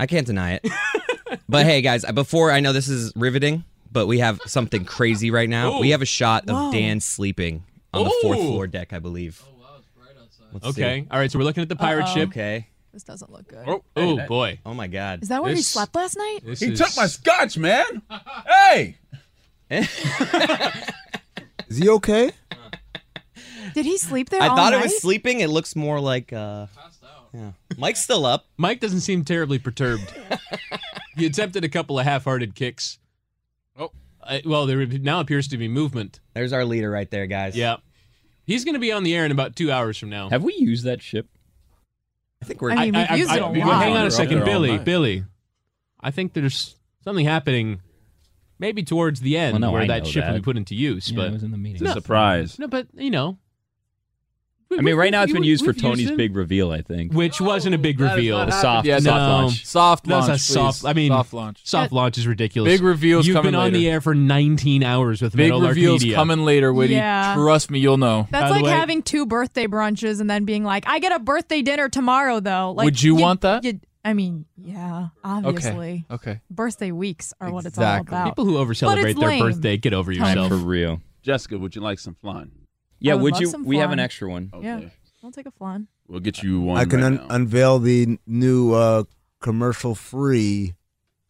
I can't deny it. [laughs] but hey, guys, before I know this is riveting, but we have something crazy right now. Ooh. We have a shot of Whoa. Dan sleeping on the fourth Ooh. floor deck, I believe. Oh wow, it's bright outside. Okay. All right. So we're looking at the pirate Uh-oh. ship. Okay. This doesn't look good. Oh, Oh, boy. Oh my God. Is that where he slept last night? He took my scotch, man. hey. Is he okay? Did he sleep there? I all thought night? it was sleeping. It looks more like uh. Yeah. Mike's still up. Mike doesn't seem terribly [laughs] perturbed. he attempted a couple of half-hearted kicks. Oh. Uh, well, there now appears to be movement. There's our leader right there, guys. Yeah. He's going to be on the air in about two hours from now. Have we used that ship? I think we're- I mean, I- we've I- used I- it a we were lot. hanging Hang on out a second, there all Billy. night. Billy, I think there's something happening, maybe towards the end Well, no, where I that know ship that. will be put into use. Yeah, but it was in the meeting. It's a surprise. No, but you know, we- I mean, we- right now it's we- been used for we've Tony's it, big reveal, I think. which wasn't a big reveal. not The soft- happened yet. soft No. launch. Soft That was launch, a soft. please. I mean, Soft launch. Soft launch is ridiculous. Big reveals You've coming been on later. the air for 19 hours with Big Metal reveals Arcadia. coming later, Witty. Yeah. Trust me, you'll know. That's like having two birthday brunches and then being like, I get a birthday dinner tomorrow, though. Like, Would you want that? you- I mean, yeah, obviously. Okay. Birthday weeks are what it's all about. People who over celebrate it's their lame. birthday, get over Tony. yourself. For real. Jessica, would you like some flan? Yeah, Oh, I would would love you? some We have flan. an extra one. Yeah. I'll take a flan. We'll get you one. I can right un- now. unveil the new uh, commercial-free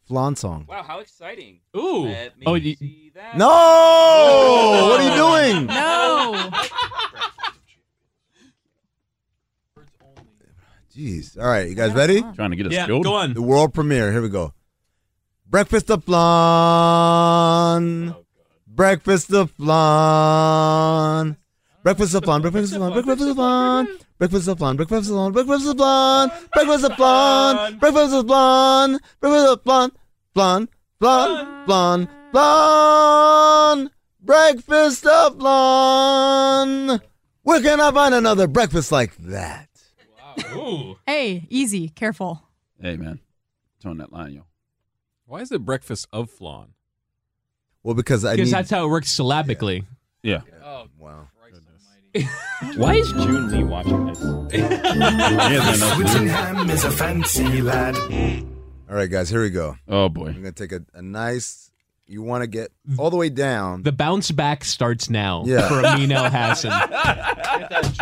Flan song. Wow, how exciting! Ooh. oh, No! what [laughs] are you doing? No. Jeez. All right, you guys ready? Trying to get us Yeah, killed? go on. The world premiere. Here we go. Breakfast of Oh, flan. Breakfast of flan. Breakfast of flan. Breakfast of flan. Breakfast of flan. Breakfast of flan. Breakfast of flan. Breakfast of flan. Breakfast of flan. Breakfast of flan. Breakfast of flan. Flan. Flan. Flan. Flan. Breakfast of flan. Where can I find another breakfast like that? Oh, Hey, easy, careful. Hey, man. Tone that line, yo. Why is it breakfast of flan? Well, because I Because need. that's how it works syllabically. Yeah. Oh, wow. Why is June Lee watching this? Swittenham is a fancy lad. All right, guys, here we go. Oh boy, I'm gonna take a, a nice. You want to get all the way down. The bounce back starts now Yeah. for Amin El Hassan.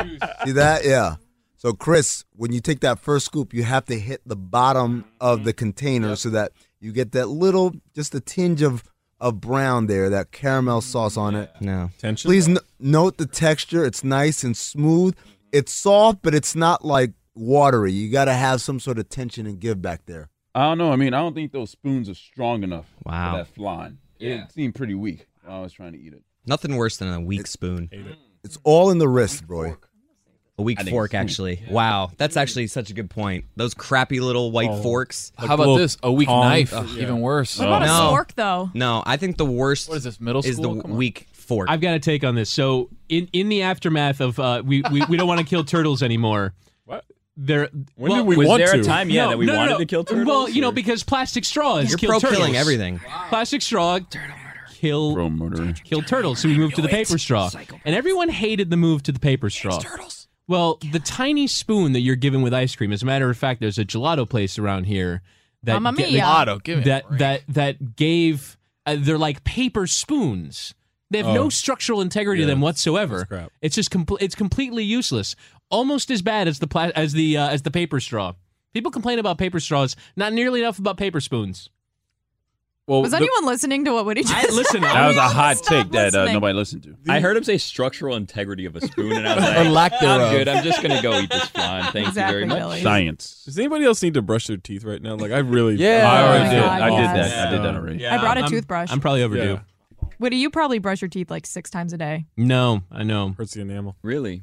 [laughs] See that? Yeah. So, Chris, when you take that first scoop, you have to hit the bottom of the container so that you get that little, just a tinge of of brown there, that caramel sauce on it. No. Tension. Please n- note the texture. It's nice and smooth. It's soft, but it's not like watery. You got to have some sort of tension and give back there. I don't know. I mean, I don't think those spoons are strong enough Wow. for that flan. Yeah. It seemed pretty weak. while I was trying to eat it. Nothing worse than a weak spoon. It's all in the wrist, Roy. A weak I think fork, so. actually. Wow, that's actually such a good point. Those crappy little white forks. How about this? A weak knife, even worse. What about No. a fork, though? No, I think the worst. What is this, middle Is the school? Come on. weak fork. I've got a take on this. So in in the aftermath of uh, we, we we don't want to kill turtles anymore. What? there. When well, did we was want there a to? time, yeah, that we no, no, wanted no. to kill turtles? Well, you know, because plastic straws You're kill pro-killing turtles. everything. Plastic straw kill kill turtles. So we moved to the paper straw, and everyone hated the move to the paper straw. Turtles. Well, the tiny spoon that you're given with ice cream. As a matter of fact, there's a gelato place around here that Mamma ga- mia. Gelato, give me a that that that gave. Uh, they're like paper spoons. They have Oh. no structural integrity to Yeah, them that's- whatsoever. It's just compl- it's completely useless. Almost as bad as the pla- as the uh, as the paper straw. People complain about paper straws. Not nearly enough about paper spoons. Oh, Was anyone listening to what Woody just I- listen, said? That was a hot [laughs] Stop take that uh, listening. nobody listened to. I heard him say structural integrity of a spoon, and [laughs] I was Or like, lack thereof. I'm good. I'm just gonna go eat this flan. Thank you very much. Science. Does anybody else need to brush their teeth right now? Like [laughs] I really, Yeah. I already Oh my did. God, I did yes. that. I did that already. I brought a toothbrush. I'm probably overdue. Woody, you probably brush your teeth like six times a day. No, I know. Hurts the enamel. Really?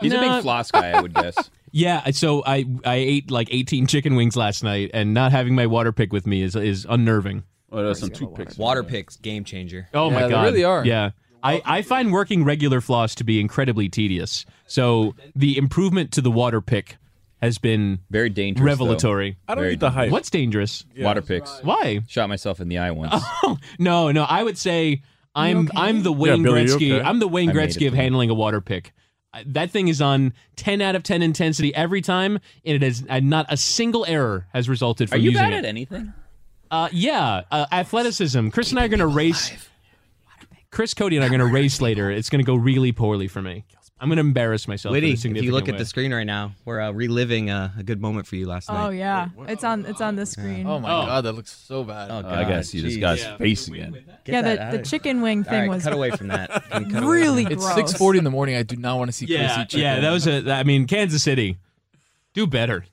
He's a No. big floss guy, I would guess. Yeah, I- so I I ate like 18 chicken wings last night, and not having my water pick with me is is unnerving. What are some toothpicks? Water picks, game changer. Oh my god, They really are. Yeah, I I find working regular floss to be incredibly tedious. So the improvement to the water pick has been very dangerous. revelatory. though. I don't Very need the hype. What's dangerous? Water picks. Why? Shot myself in the eye once. No, no, I would say [laughs] I'm I'm the Wayne Billy, you Gretzky. okay? I'm the Wayne I made Gretzky it. of handling a water pick. I- That thing is on 10 out of 10 intensity every time, and it has and not a single error has resulted Are from you using bad it. at anything? Uh, yeah, uh, athleticism. Chris and I are going to race. Chris Cody and I are going to race later. It's going to go really poorly for me. I'm going to embarrass myself. Liddy, in a if significant you look way. at the screen right now, we're uh, reliving uh, a good moment for you last night. Oh yeah, it's on it's on this screen. Oh my god, that looks so bad. Oh, I gotta see this guy's face again. yeah, the, the chicken wing thing was really It's gross. six forty in the morning. I do not want to see yeah, crazy chicken. yeah, that was a. I mean, Kansas City, do better.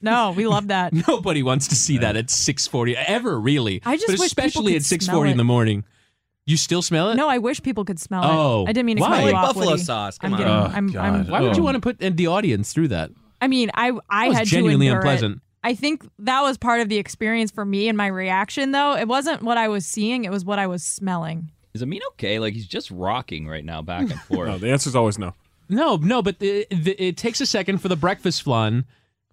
No, we love that. [laughs] Nobody wants to see that at 6:40 ever, really. I just but wish people especially could at smell 6:40 in the it. morning. You still smell it? [laughs] No, I wish people could smell Oh, it. I didn't mean to why? smell Like you off, buffalo Woody. sauce, I'm come on. kidding. Oh, I'm, I'm, Why would you want to put the audience through that? I mean, I I That was had genuinely to endure it. unpleasant. I think that was part of the experience for me and my reaction, though. It wasn't what I was seeing; it was what I was smelling. Is Amin okay? Like he's just rocking right [laughs] now, back and forth. No, the answer's always no. No, no, but the, the, it takes a second for the breakfast flan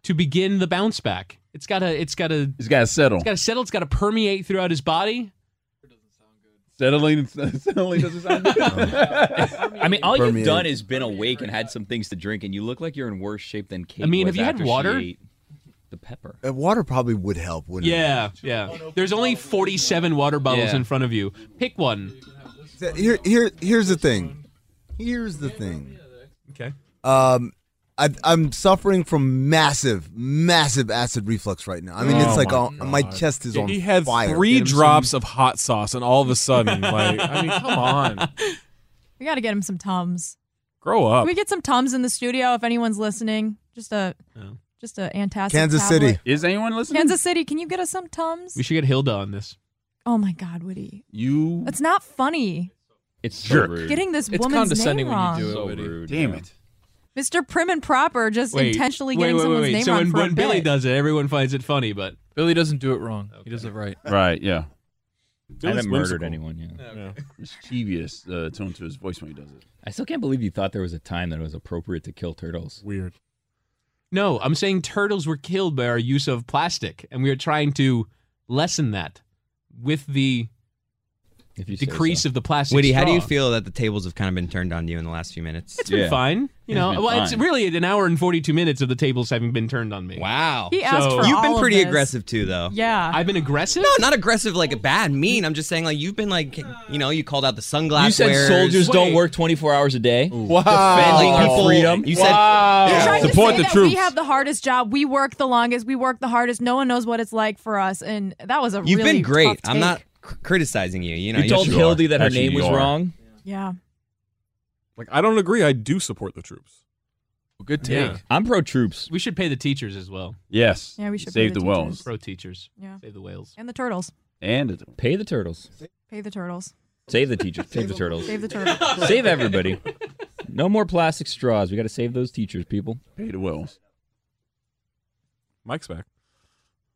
to begin the bounce back. It's got to it's got to He's gotta settle. it's got to settle, it's got to permeate throughout his body. Settling, [laughs] settling doesn't sound good. I mean, all Permeate. you've done is been awake and had some things to drink, and you look like you're in worse shape than Kate. I mean, have was you had after she water? ate The pepper. Uh, water probably would help, wouldn't Yeah, yeah. There's only 47 water bottles Yeah. in front of you. Pick one. it? Here, here, here's the thing. Here's the thing. Okay. Um, I, I'm suffering from massive, massive acid reflux right now. I mean, Oh it's like my all, my chest is Yeah, on he had fire. three drops of hot sauce, and all of a sudden, like, I mean, come on, We got to get him some tums. grow Can up. we get some tums in the studio if anyone's listening. Just a, just a antacid. tablet. Is anyone listening? Kansas City. Can you get us some tums? We should get Hilda on this. Oh my God, Woody, You that's not funny. It's so Jerk. rude. Getting this It's woman's condescending name when wrong. you do it, So Woody. rude. Damn yeah. it. Mr. Prim and Proper just intentionally getting wait, wait, someone's wait. name so wrong when, for when a Billy bit. does it, everyone finds it funny, but Billy doesn't do it wrong. He does it right. [laughs] Right, yeah. I haven't murdered whimsical. anyone yet. Mischievous uh, tone to his voice when he does it. I still can't believe you thought there was a time that it was appropriate to kill turtles. Weird. no, I'm saying turtles were killed by our use of plastic, and we are trying to lessen that with the If you say decrease so. of the plastic. Woody, how do you straw. feel that the tables have kind of been turned on you in the last few minutes? It's been fine. You know, well, it's really an hour and 42 minutes of the tables having been turned on me. Wow. He asked for You've all been of pretty this. aggressive too, though. Yeah. I've been aggressive. No, not aggressive like a bad mean. I'm just saying like you've been like you know you called out the sunglasses. You said soldiers don't work 24 hours a day. Wow. Defending People- our freedom. you said- wow. You're trying to say that we have the hardest job. We work the longest. We work the hardest. No one knows what it's like for us, and that was a You've really been great. tough I'm take. not c- criticizing you. You know You told should- Hildy that her Actually, name you was are. wrong. Yeah, Like, I don't agree. I do support the troops. good take. Yeah. I'm pro troops. We should pay the teachers as well. Yes. Yeah, we should save pay the the, teachers. whales Pro teachers. Yeah. Save the whales. and the turtles. and the Pay the turtles. Pay the turtles. Save the teachers. Save the turtles. Save the turtles. Save everybody. No more plastic straws. We got to save those teachers, people. pay the whales. Mike's back.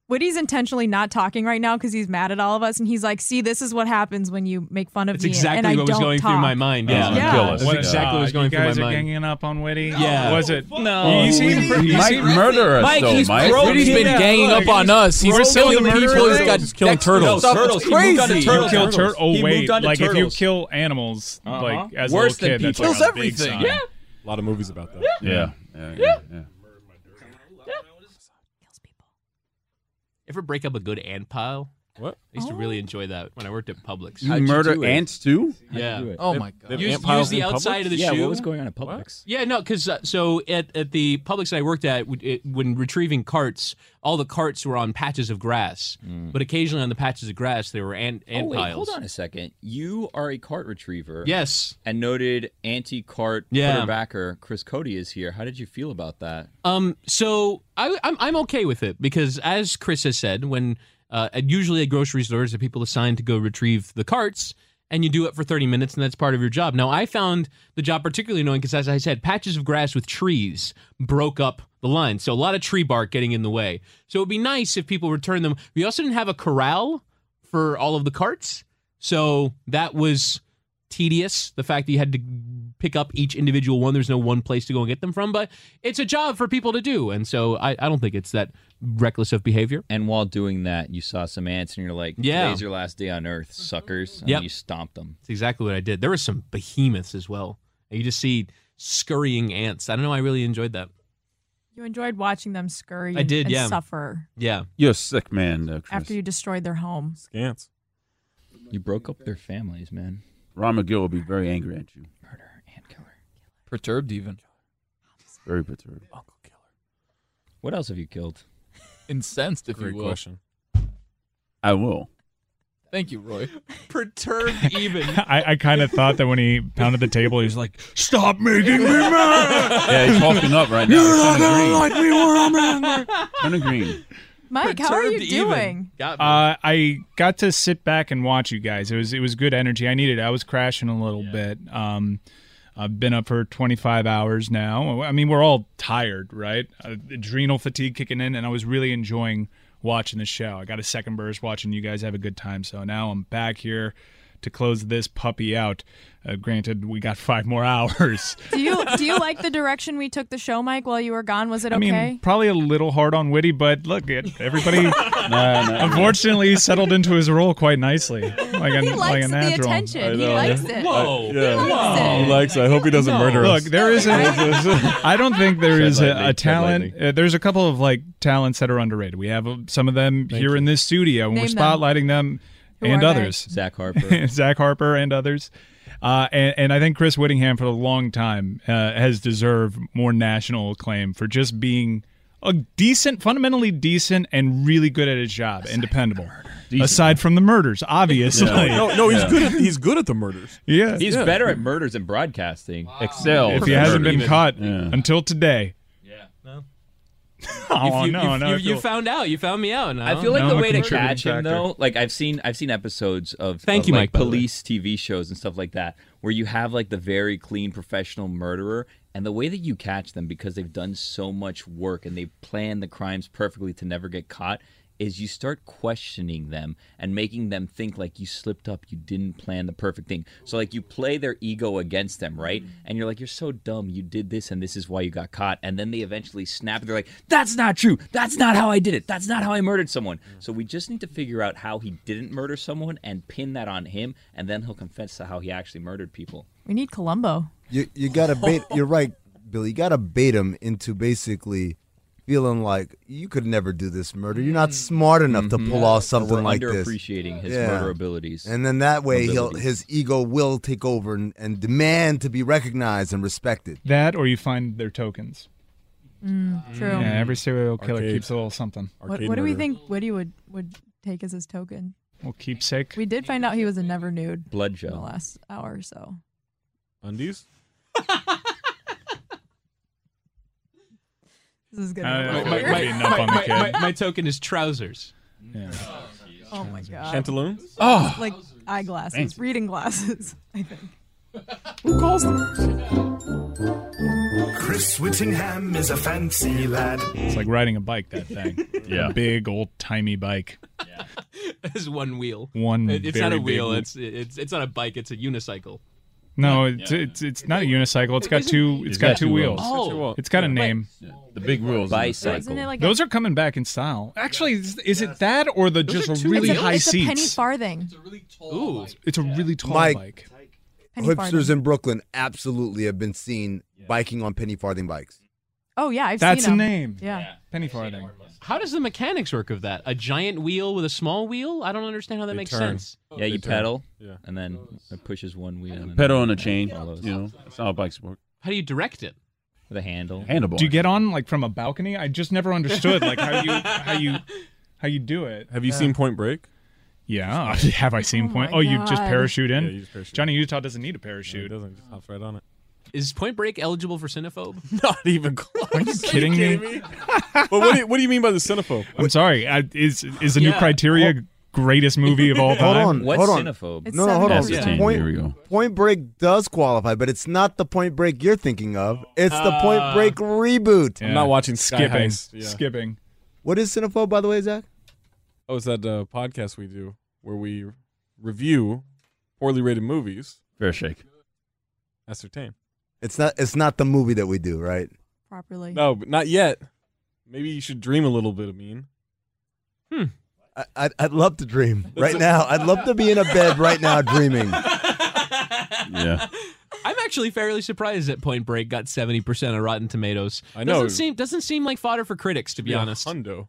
Woody's intentionally not talking right now because he's mad at all of us, and he's like, "See, this is what happens when you make fun of That's me." exactly and I what was don't going through talk." my mind. Yeah, Oh, Yeah. kill us. that's exactly what was going Uh, you through my guys are mind. ganging up on Whitty. Oh, Yeah. was it? No. you seem Whitty- pretty. You Mike- seem murder us, Mike, though, he's Mike. pro- Whitty's been Yeah, ganging look, up on us. He's pro-kill killing the murder people. He's thing? got He's killing turtles. No, Stuff is He moved on to crazy. turtles. You kill Tur- tur- oh, he wait, Moved on to like if you turtles. kill animals, like as Worse a little than kid, that's people. like a Kills big everything. sign. Yeah. A lot of movies about that. Yeah. Yeah. yeah, yeah. You Ever break up a good ant pile? What? I used to really enjoy that when I worked at Publix. You murder ants too? Yeah. Oh They- my God. they have Use- ant use piles the in outside of the Publix? shoe? Yeah, what was going on at Publix? Yeah, no, because uh, so at, at the Publix I worked at, w- it, when retrieving carts, all the carts were on patches of grass, but occasionally on the patches of grass there were ant, ant oh, wait, piles. hold on a second. You are a cart retriever. Yes. And noted anti-cart Yeah. quarterbacker Chris Cody is here. How did you feel about that? Um, so I, I'm I'm okay with it because, as Chris has said, when uh, at usually at grocery stores, the people assigned to go retrieve the carts, and you do it for 30 minutes, and that's part of your job. Now, I found the job particularly annoying because, as I said, patches of grass with trees broke up the line, so a lot of tree bark getting in the way. So it'd be nice if people returned them. We also didn't have a corral for all of the carts, so that was tedious. The fact that you had to pick up each individual one, there's no one place to go and get them from, but it's a job for people to do. And so I, I don't think it's that reckless of behavior. And while doing that, you saw some ants and you're like, Yeah. today's your last day on Earth, Mm-hmm. suckers. And Yep. you stomped them. It's exactly what I did. There were some behemoths as well. And you just see scurrying ants. I don't know. I really enjoyed that. You enjoyed watching them scurry. I did, and yeah. Suffer Yeah. You're a sick man, though, Chris. after you destroyed their home. Ants. You broke up their families, man. Ron McGill will be very angry at you. Perturbed even. Very perturbed. What else have you killed? Incensed, if you will. I will. Thank you, Roy. [laughs] Perturbed even. [laughs] I, I kind of thought that when he pounded the table, he was like, "Stop making me [laughs] mad." Yeah, he's hulking up right now. You're not He's turning gonna like green. me when I'm angry. Turning green. [laughs] Mike, how are you Perturbed even. doing? Got Uh, I got to sit back and watch you guys. It was it was good energy. I needed. it. I was crashing a little bit. Um, I've been up for 25 hours now. I mean, we're all tired, right? Uh, adrenal fatigue kicking in, and I was really enjoying watching the show. I got a second burst watching you guys have a good time. So now I'm back here to close this puppy out. Uh, granted, we got [laughs] five more hours. Do you do you like the direction we took the show, Mike? While you were gone, was it okay? I mean, probably a little hard on Witty, but look, it, everybody [laughs] no. unfortunately settled into his role [laughs] quite nicely. Like a, He like likes a the natural. attention. I He know. likes it. Whoa. yeah. He likes it. He likes it. I hope he doesn't murder us. Look, there [laughs] is. A, [laughs] I don't think there Tread is a, lightly, a tread talent. Uh, there's a couple of like talents that are underrated. We have uh, some of them here in this studio, and we're Name them. spotlighting them, Who and are they? others. Zach [laughs] Harper. Zach Harper and others. Uh, and, and I think Chris Whittingham for a long time uh, has deserved more national acclaim for just being a decent, fundamentally decent, and really good at his job and dependable. Aside from the murders, obviously. Oh, No, no, he's Yeah. good. At, he's good at the murders. [laughs] Yeah. He's Yeah. better at murders and broadcasting. Excel. If he hasn't been Even. caught Yeah. until today. Yeah. No. oh you, no, you, no. you, I you feel- found out. You found me out. No? I feel like No, the a way to contributing catch him factor. though, like I've seen I've seen episodes of Thank of, you, like, Mike, by the way. police TV shows and stuff like that where you have like the very clean professional murderer and the way that you catch them because they've done so much work and they've planned the crimes perfectly to never get caught is you start questioning them and making them think like you slipped up you didn't plan the perfect thing so like you play their ego against them right and you're like you're so dumb you did this and this is why you got caught and then they eventually snap they're like that's not true that's not how i did it that's not how i murdered someone so we just need to figure out how he didn't murder someone and pin that on him and then he'll confess to how he actually murdered people we need Columbo. You you gotta [laughs] bait. You're right, Billy. You gotta bait him into basically feeling like you could never do this murder. You're not smart enough to pull off Or something Mm. Mm-hmm. we're like this. underappreciating his Yeah. murder abilities And then that way, he'll Abilities. his ego will take over and, and demand to be recognized and respected. that or you find their tokens. True. Yeah, every serial killer Arcade. keeps a little something. What, what do we think Woody would would take as his token? Well, keepsake. We did find out he was a never nude blood in the gel last hour or so. Undies. This is gonna Uh, be a little my- weird. my- Beating up on [laughs] the my, kid. my- my token is trousers. oh my Oh. god. Pantaloons. Oh. Like eyeglasses, reading glasses. [laughs] I think. Who calls Chris Whittingham is a fancy lad. It's like riding a bike, that [laughs] thing. Yeah. Big old timey bike. [laughs] it's one wheel. One It- it's not very a big wheel. wheel. It's it's it's not a bike. It's a unicycle. No, it's, it's it's not a unicycle. It's got two. It's got two wheels. Oh. it's got a name. The big wheels. Isn't it like a- Those are coming back in style. Actually, is, is it that or the just It's a really it's high it's A penny seats? farthing. Ooh. It's a really tall Mike, bike. Penny hipsters farthing. in Brooklyn absolutely have been seen biking on penny farthing bikes. Oh yeah, I've That's seen a them. name. Yeah. Penny farthing. How does the mechanics work of that? A giant wheel with a small wheel? I don't understand how that makes turn. sense. Yeah, you turn. pedal, and then it pushes one wheel. and then Pedal and a it chain. follows. You know, that's how bikes work. How do you direct it? With a handle. Handlebar. Do you get on like from a balcony? I just never understood like how you how you how you do it. Have you seen Point Break? Yeah, [laughs] have I seen point? my Oh, you just God. parachute in. Yeah, you just parachute Johnny Utah doesn't need a parachute. doesn't. Just hops right on it. Is Point Break eligible for Cinephobe? [laughs] Not even close. Are you kidding me? [laughs] but [laughs] what do, you, what do you mean by the cinephobe? I'm sorry. I, is is the new Yeah. criteria greatest movie of all time? Hold on, hold on. cinephobe? No, no, hold on. That's the Point, team. Here we go. Point Break does qualify, but it's not the Point Break you're thinking of. It's the Point Break reboot. I'm not watching Sky Skipping. Heist. Yeah. Skipping. What is Cinephobe, by the way, Zach? Oh, it's that uh, podcast we do where we review poorly rated movies. Fair shake. Ascertain. It's not. It's not the movie that we do, right? Properly. No, but not yet. Maybe you should dream a little bit of mean. Hmm. I, I'd, I'd love to dream right now. I'd love [laughs] to be in a bed right now dreaming. [laughs] Yeah. I'm actually fairly surprised that Point Break got 70% of Rotten Tomatoes. I know. Doesn't seem doesn't seem like fodder for critics to be Yeah, honest. Hundo.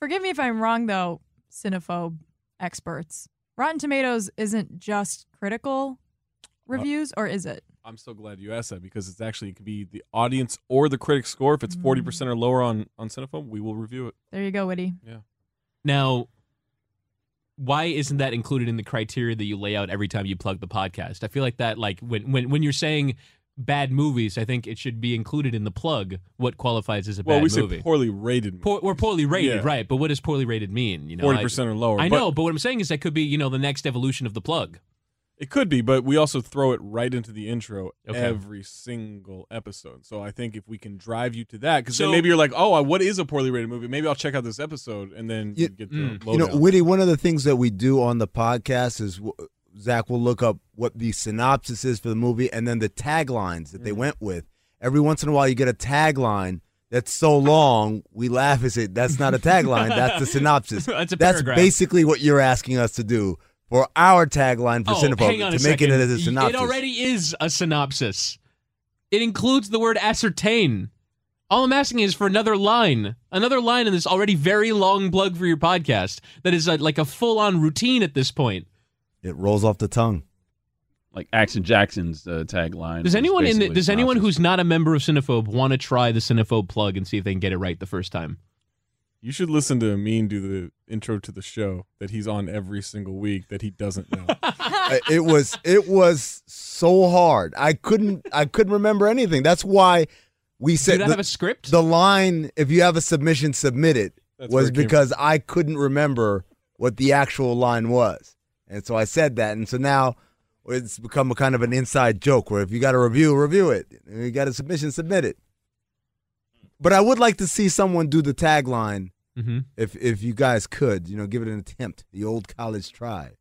Forgive me if I'm wrong, though, cinephobe experts. Rotten Tomatoes isn't just critical reviews, or is it? I'm so glad you asked that because it's actually it could be the audience or the critic score. If it's forty percent or lower on on Cinephobe, we will review it. There you go, Witty. Now why isn't that included in the criteria that you lay out every time you plug the podcast? I feel like that like when when when you're saying bad movies, I think it should be included in the plug what qualifies as a Well, bad we movie. say poorly rated. Poor, we're poorly rated, Yeah. right? But what does poorly rated mean? You know, Forty I- percent or lower. I but know, but what I'm saying is that could be, you know, the next evolution of the plug. it could be, but we also throw it right into the intro Okay. every single episode. So I think if we can drive you to that, because So- then maybe you're like, oh, I- what is a poorly rated movie? Maybe I'll check out this episode and then You- you get the Mm. You know, lowdown. Witty, one of the things that we do on the podcast is w- Zach will look up what the synopsis is for the movie and then the taglines that they Mm. went with. Every once in a while, you get a tagline that's so long, we laugh and say, that's not a tagline, that's [laughs] the synopsis. That's a that's paragraph. basically what you're asking us to do for our tagline for oh, Cinephobe, hang on to a make second. it as a synopsis. It already is a synopsis. It includes the word ascertain. All I'm asking is for another line, another line in this already very long plug for your podcast that is uh like a full-on routine at this point. it rolls off the tongue. Like Action Jackson's uh, tagline. Does was anyone in the, basically does anyone synopsis. who's not a member of Cinephobe want to try the Cinephobe plug and see if they can get it right the first time? You should listen to Amin do the intro to the show that he's on every single week that he doesn't [laughs] know. Uh, it was it was so hard. I couldn't I couldn't remember anything. That's why we Do said you not the, have a script? the line if you have a submission submit it That's where was it came because I couldn't remember what the actual line was. And so I said that and so now it's become a kind of an inside joke where if you got a review, review it. If you got a submission, submit it. But I would like to see someone do the tagline mm-hmm. if if you guys could, you know, give it an attempt. The old college try.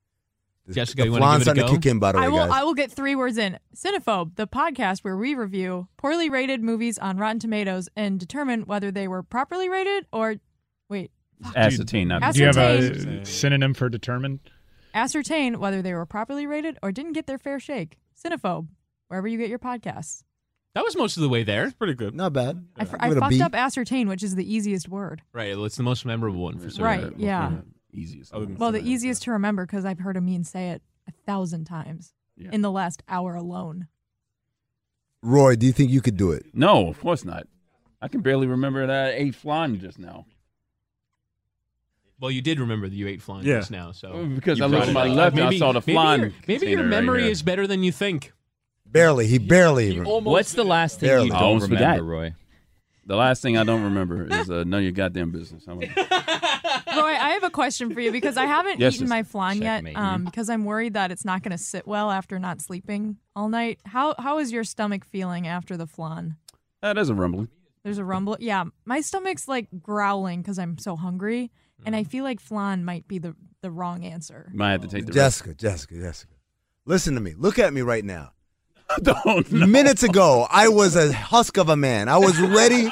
The- Jessica, the you wanna give flan's it a starting go? to kick in, by the way, I will. guys. I will get three words in. Cinephobe, the podcast where we review poorly rated movies on Rotten Tomatoes and determine whether they were properly rated or, wait, ascertain? Not Ascertain. Do you have Ascertain. a synonym for determined? ascertain whether they were properly rated or didn't get their fair shake. Cinephobe, wherever you get your podcasts. That was most of the way there. Pretty good. Not bad. I fr- Give I it a fucked B. up ascertain, which is the easiest word. Right, well, it's the most memorable one for certain. Right, yeah. Easiest. Other than Well, the Cincinnati, easiest to remember because I've heard Amin say it a thousand times Yeah. in the last hour alone. Roy, do you think you could do it? No, of course not. I can barely remember that eight flan just now Well, you did remember that you ate flan Yeah. just now, so Mm, because You I looked brought to it my up. left and I Maybe- saw the maybe flan. your- Maybe your container right memory here. is better than you think. Barely. He barely. You even- almost What's the last thing Barely. you I don't almost remember, forgot. Roy? The last thing I don't remember is uh, none of your goddamn business. I'm like, Roy, I have a question for you because I haven't Yes, eaten yes. my flan yet Checkmate. um, because I'm worried that it's not going to sit well after not sleeping all night. How how is your stomach feeling after the flan? that is a rumbling. There's a rumble. Yeah, my stomach's like growling because I'm so hungry, and I feel like flan might be the the wrong answer. Mm-hmm. Might have to take the Jessica, Jessica, Jessica. Listen to me. Look at me right [laughs] now. Minutes ago, I was a husk of a man. I was [laughs] ready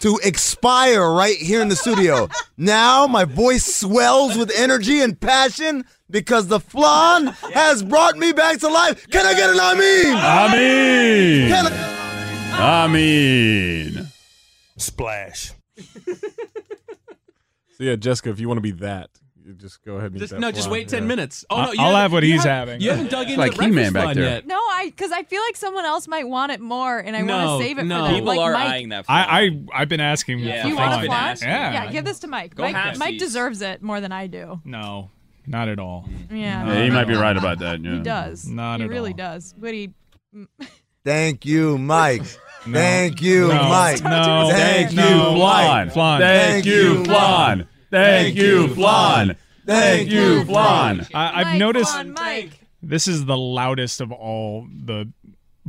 to expire right here in the studio. Now my voice swells with energy and passion because the flan has brought me back to life. Can I get an Amin? Amin. Can I- I mean, Splash. So yeah, Jessica, if you want to be that, you just go ahead and Just- eat that no, just flan. wait 10 Yeah. minutes. Oh, no, I'll- you I'll haven't- have what you he's haven't- having. you haven't dug It's into like the breakfast He-Man back flan there. yet. No, I because I feel like someone else might want it more, and I No, want to save it no. for them. People like, are Mike, eyeing I, I I've been asking. Yeah. for You want fun. a flan? Yeah. yeah, give this to Mike. Go Mike, halfsies. Mike deserves it more than I do. No, not at all. Yeah. Yeah, he might be right about that. Yeah. He does. Not he at really does. But he Thank you, Mike. Thank you, No. Mike. No. Thank you, No. Mike. Flan. Flan. Thank you, Flan. Thank you, Flan. Thank you, Flan. I, I've noticed Mike. this is the loudest of all the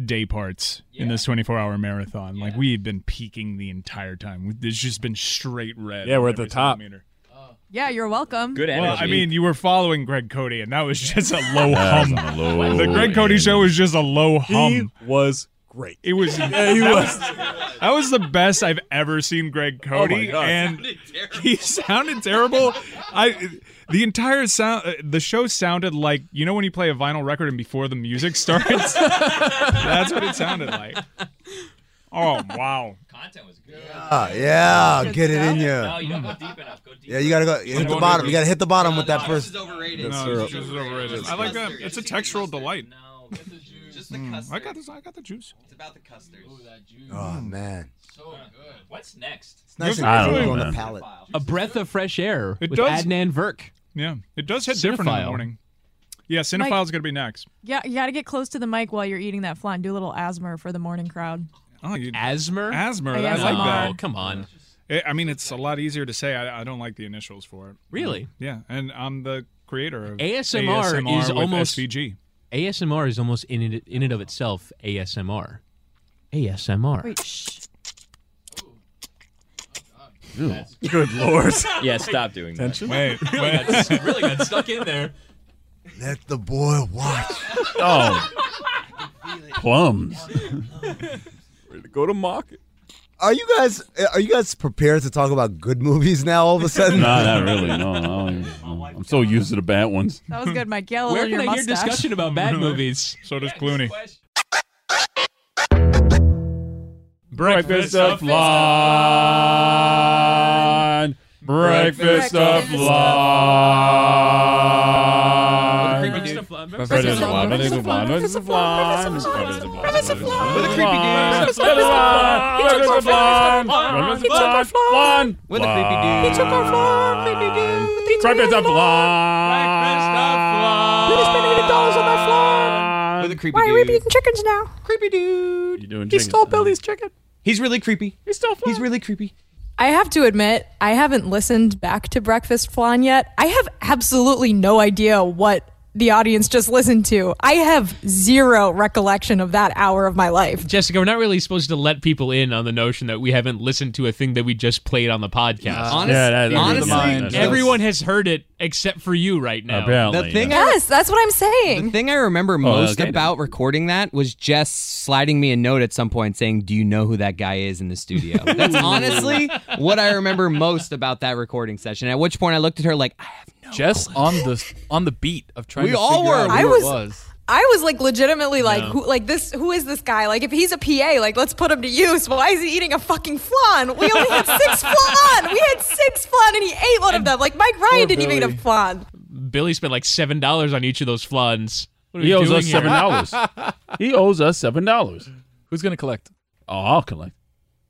day parts in this 24-hour marathon. Like we've been peaking the entire time. We- It's just been straight red. Yeah, on we're at the every top. centimeter. Yeah, you're welcome. Well, I mean, you were following Greg Cody, and that was just a low [laughs] That's hum. a low the Greg Cody show was just a low hum. was great. It was. Yeah, he that was. That was the best I've ever seen Greg Cody, my God. and he sounded terrible. I the entire sound, uh, the show sounded like you know when you play a vinyl record and before the music [laughs] starts. that's what it sounded like. [laughs] Oh wow! Ah, yeah, get it in you. you gotta go deep enough. Go deep yeah, you gotta go hit the bottom. You gotta hit the bottom with that first. overrated. That's No, syrup. this juice is overrated. I like that. It's a textural delight. No, get the juice. Just the custard. I got this. I got the juice. It's about the custard. Ooh, that juice. Ah, Oh man, So good. What's next? it's nice I and don't cool know, on the man. palate. A breath of fresh air It with does- Adnan Virk. Yeah, it does hit different in Cinephile. the morning. Yeah, cinephile's gonna be next. yeah, you gotta get close to the mic while you're eating that flan. Do a little asthma for the morning crowd. Oh, you Asmer? Asmer. I I, guess like I'm that. on. come on. It, I mean, it's a lot easier to say. I, I don't like the initials for it. Really? Yeah, and I'm the creator of ASMR, is with almost SVG. ASMR is almost in it, in and of itself ASMR. ASMR. Wait, shh. Good lord. Yeah, stop doing that. Tension? Wait, Really got, really got stuck in there. Let the boy watch. Oh. [laughs] Plums. Way to Go to market. Are you guys are you guys prepared to talk about good movies now? All of a sudden, No, not really. No, no, I'm so used to the bad ones. That was good, Mike. [laughs] Yellow Where on can your I hear mustache. discussion about bad [laughs] movies? So does Clooney. Breakfast of flan. Breakfast of flan. Breakfast of flan. Breakfast of flan. Breakfast of flan. Breakfast of flan. Breakfast of flan. With a creepy dude. Breakfast of flan. Breakfast of flan. Breakfast of flan. Flan. With a creepy dude. He took our flan. Creepy dude. Breakfast of flan. Breakfast of flan. We just spent $80 on that flan. With a creepy Why are we dude. eating chickens now? Creepy dude. You doing He stole Billy's chicken. He's really creepy. He's still He's really creepy. I have to admit, I haven't listened back to Breakfast Flan yet. I have absolutely no idea what the audience just listened to. I have zero recollection of that hour of my life. Jessica, we're not really supposed to let people in on the notion that we haven't listened to a thing that we just played on the podcast. Honest- Yeah, that- that honestly, blew my mind. everyone has heard it except for you right now. Apparently, The thing I Yes, that's what I'm saying. The thing I Oh, remember most okay, then. about recording that was Jess sliding me a note at some point saying, "Do you know who that guy is in the [laughs] studio?" That's honestly what I remember most about that recording session. At which point I looked at her like, "I have no." Jess on the on the beat of trying We to all figure were. out who I it was- was. I was like legitimately like No. who like this who is this guy? Like if he's a PA, like let's put him to use. Why is he eating a fucking flan? We only had [laughs] six flan. We had six flan and he ate one of them. Like Mike Ryan didn't even Billy. eat a [laughs] flan. Billy spent like seven dollars on each of those flans. What are He we owes doing us here? [laughs] seven dollars. he owes us seven dollars. Who's gonna collect? Oh, I'll collect.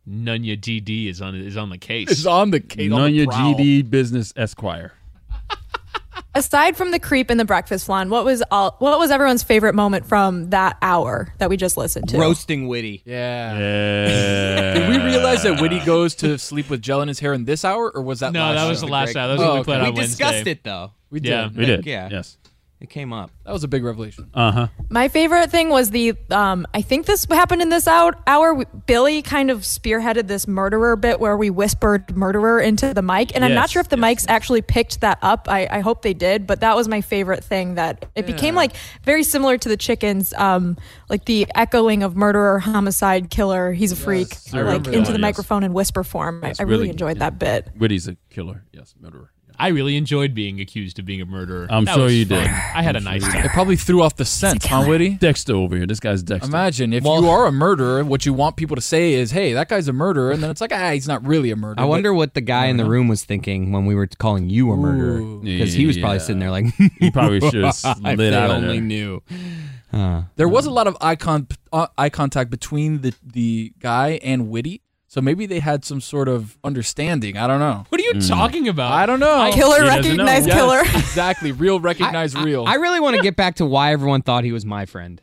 Nunya DD is on is on the case. It's on the case. on the None your prowl. GD business, Esquire. [laughs] Aside from the creep and the breakfast flan, what was all what was everyone's favorite moment from that hour that we just listened to? Roasting Witty. Yeah. Yeah. Did we realize that Whitty goes to sleep with gel in his hair in this hour, or was that No, last that was show? the last hour. That was what we played Oh, We on Wednesday. discussed it though. We did. Yeah, we did. Yeah. Yes. It came up. That was a big revelation. Uh Uh-huh. huh. My favorite thing was the um, I think this happened in this out hour. Billy kind of spearheaded this murderer bit where we whispered murderer into the mic, and I'm not Yes, sure if the mics actually picked that up. I, I hope they did, but that was my favorite thing. That it became Yeah. like very similar to the chickens, um, like the echoing of murderer, homicide, killer. He's a freak, I like remember into that, the yes. microphone in whisper form. I, I really, enjoyed that bit. Witty's a killer. Yes, murderer. I really enjoyed being accused of being a murderer. I'm That sure was you fun. did. I had [laughs] a nice It time. probably threw off the scent, huh, Whitty? Dexter over here. This guy's Dexter. Imagine if you are a murderer, what you want people to say is, "Hey, that guy's a murderer," and then it's like, "Ah, he's not really a murderer." I wonder what the guy in the room was thinking when we were calling you a murderer, because he was probably Yeah. sitting there like, He probably [laughs] should've "If slid they out of only there." knew. Uh, There Mm. was a lot of eye, con- uh, eye contact between the the guy and Witty, so maybe they had some sort of understanding. I don't know. What are you Mm. talking about? I don't know. Mm. Killer He doesn't know. recognize Yes, [laughs] killer. exactly. Real recognize real. I really want to get back to why everyone thought he was my friend.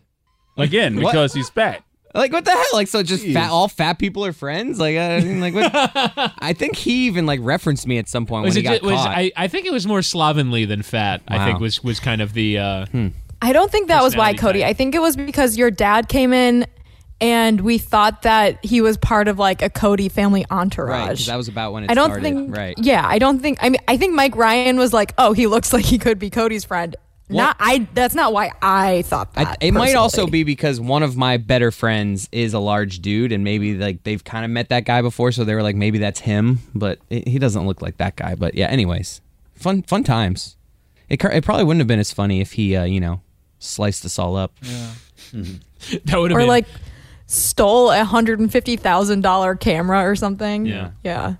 Again, What? because he's fat. Like what the hell? Like so, just Jeez. fat, all fat people are friends. Like I mean, like [laughs] what? I think he even like referenced me at some point Was when he it got ju- was- caught. I, I think it was more slovenly than fat. I Wow. Hmm. think was was kind of the uh, I don't think that was why, Personality Cody. I think it was because your dad came in and we thought that he was part of like a Cody family right, 'cause entourage. that was about when it I don't started. think right. Yeah, I don't think I mean I think Mike Ryan was like, "Oh, he looks [laughs] like he could be Cody's friend." Not I that's not why I thought that. I, it might also personally. be because one of my better friends is a large dude, and maybe like they've kind of met that guy before, so they were like, maybe that's him, but it, he doesn't look like that guy. But yeah, anyways, fun fun times. It cur- it probably wouldn't have been as funny if he, uh, you know, sliced us all up. Yeah. [laughs] that would or like stole a $150,000 camera or something. Yeah. Yeah.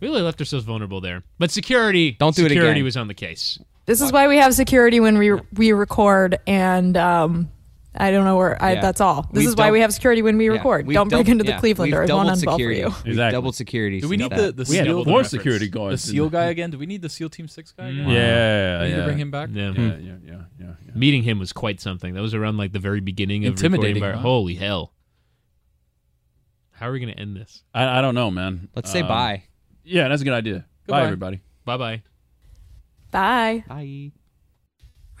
really left ourselves vulnerable there. But security, Don't do it security again. was on the case. This is why we have security when we we record and um I don't know where I, Yeah. that's all. This We've is why dou- we have security when we record. we've don't break dou- into the yeah, Cleveland or We've it won't unfold doubled for security. you. We've doubled security. Do we since need the, that. the seal? The seal guy again? Do we need the seal team six guy? Again? Mm. Yeah, we need yeah. to bring him back. Yeah. Hmm. Yeah, yeah, Hmm. Meeting him was quite something. That was around like the very beginning of Intimidating, recording by- huh? Holy hell! How are we going to end this? I, I don't know, man. Um, Let's say bye. Yeah, that's a good idea. Goodbye. Bye, everybody. Bye bye. Bye. Bye. [laughs]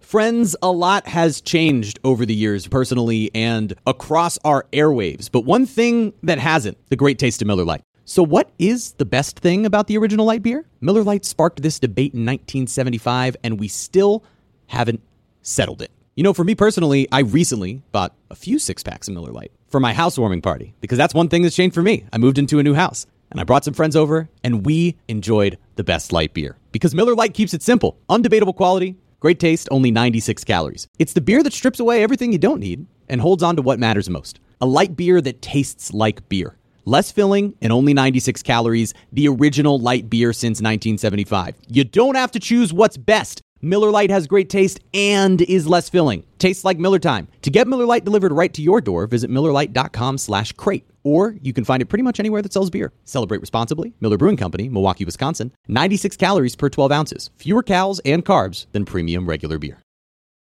Friends, a lot has changed over the years, personally and across our airwaves. But one thing that hasn't the great taste of Miller Lite. So, what is the best thing about the original light beer? Miller Lite sparked this debate in 1975, and we still haven't settled it. You know, for me personally, I recently bought a few six packs of Miller Lite for my housewarming party because that's one thing that's changed for me. I moved into a new house and I brought some friends over and we enjoyed the best light beer because Miller Lite keeps it simple, undebatable quality, great taste, only 96 calories. It's the beer that strips away everything you don't need and holds on to what matters most. A light beer that tastes like beer. Less filling and only 96 calories, the original light beer since 1975. You don't have to choose what's best. Miller Lite has great taste and is less filling. Tastes like Miller time. To get Miller Lite delivered right to your door, visit MillerLite.com slash crate. Or you can find it pretty much anywhere that sells beer. Celebrate responsibly. Miller Brewing Company, Milwaukee, Wisconsin. 96 calories per 12 ounces. Fewer calories and carbs than premium regular beer.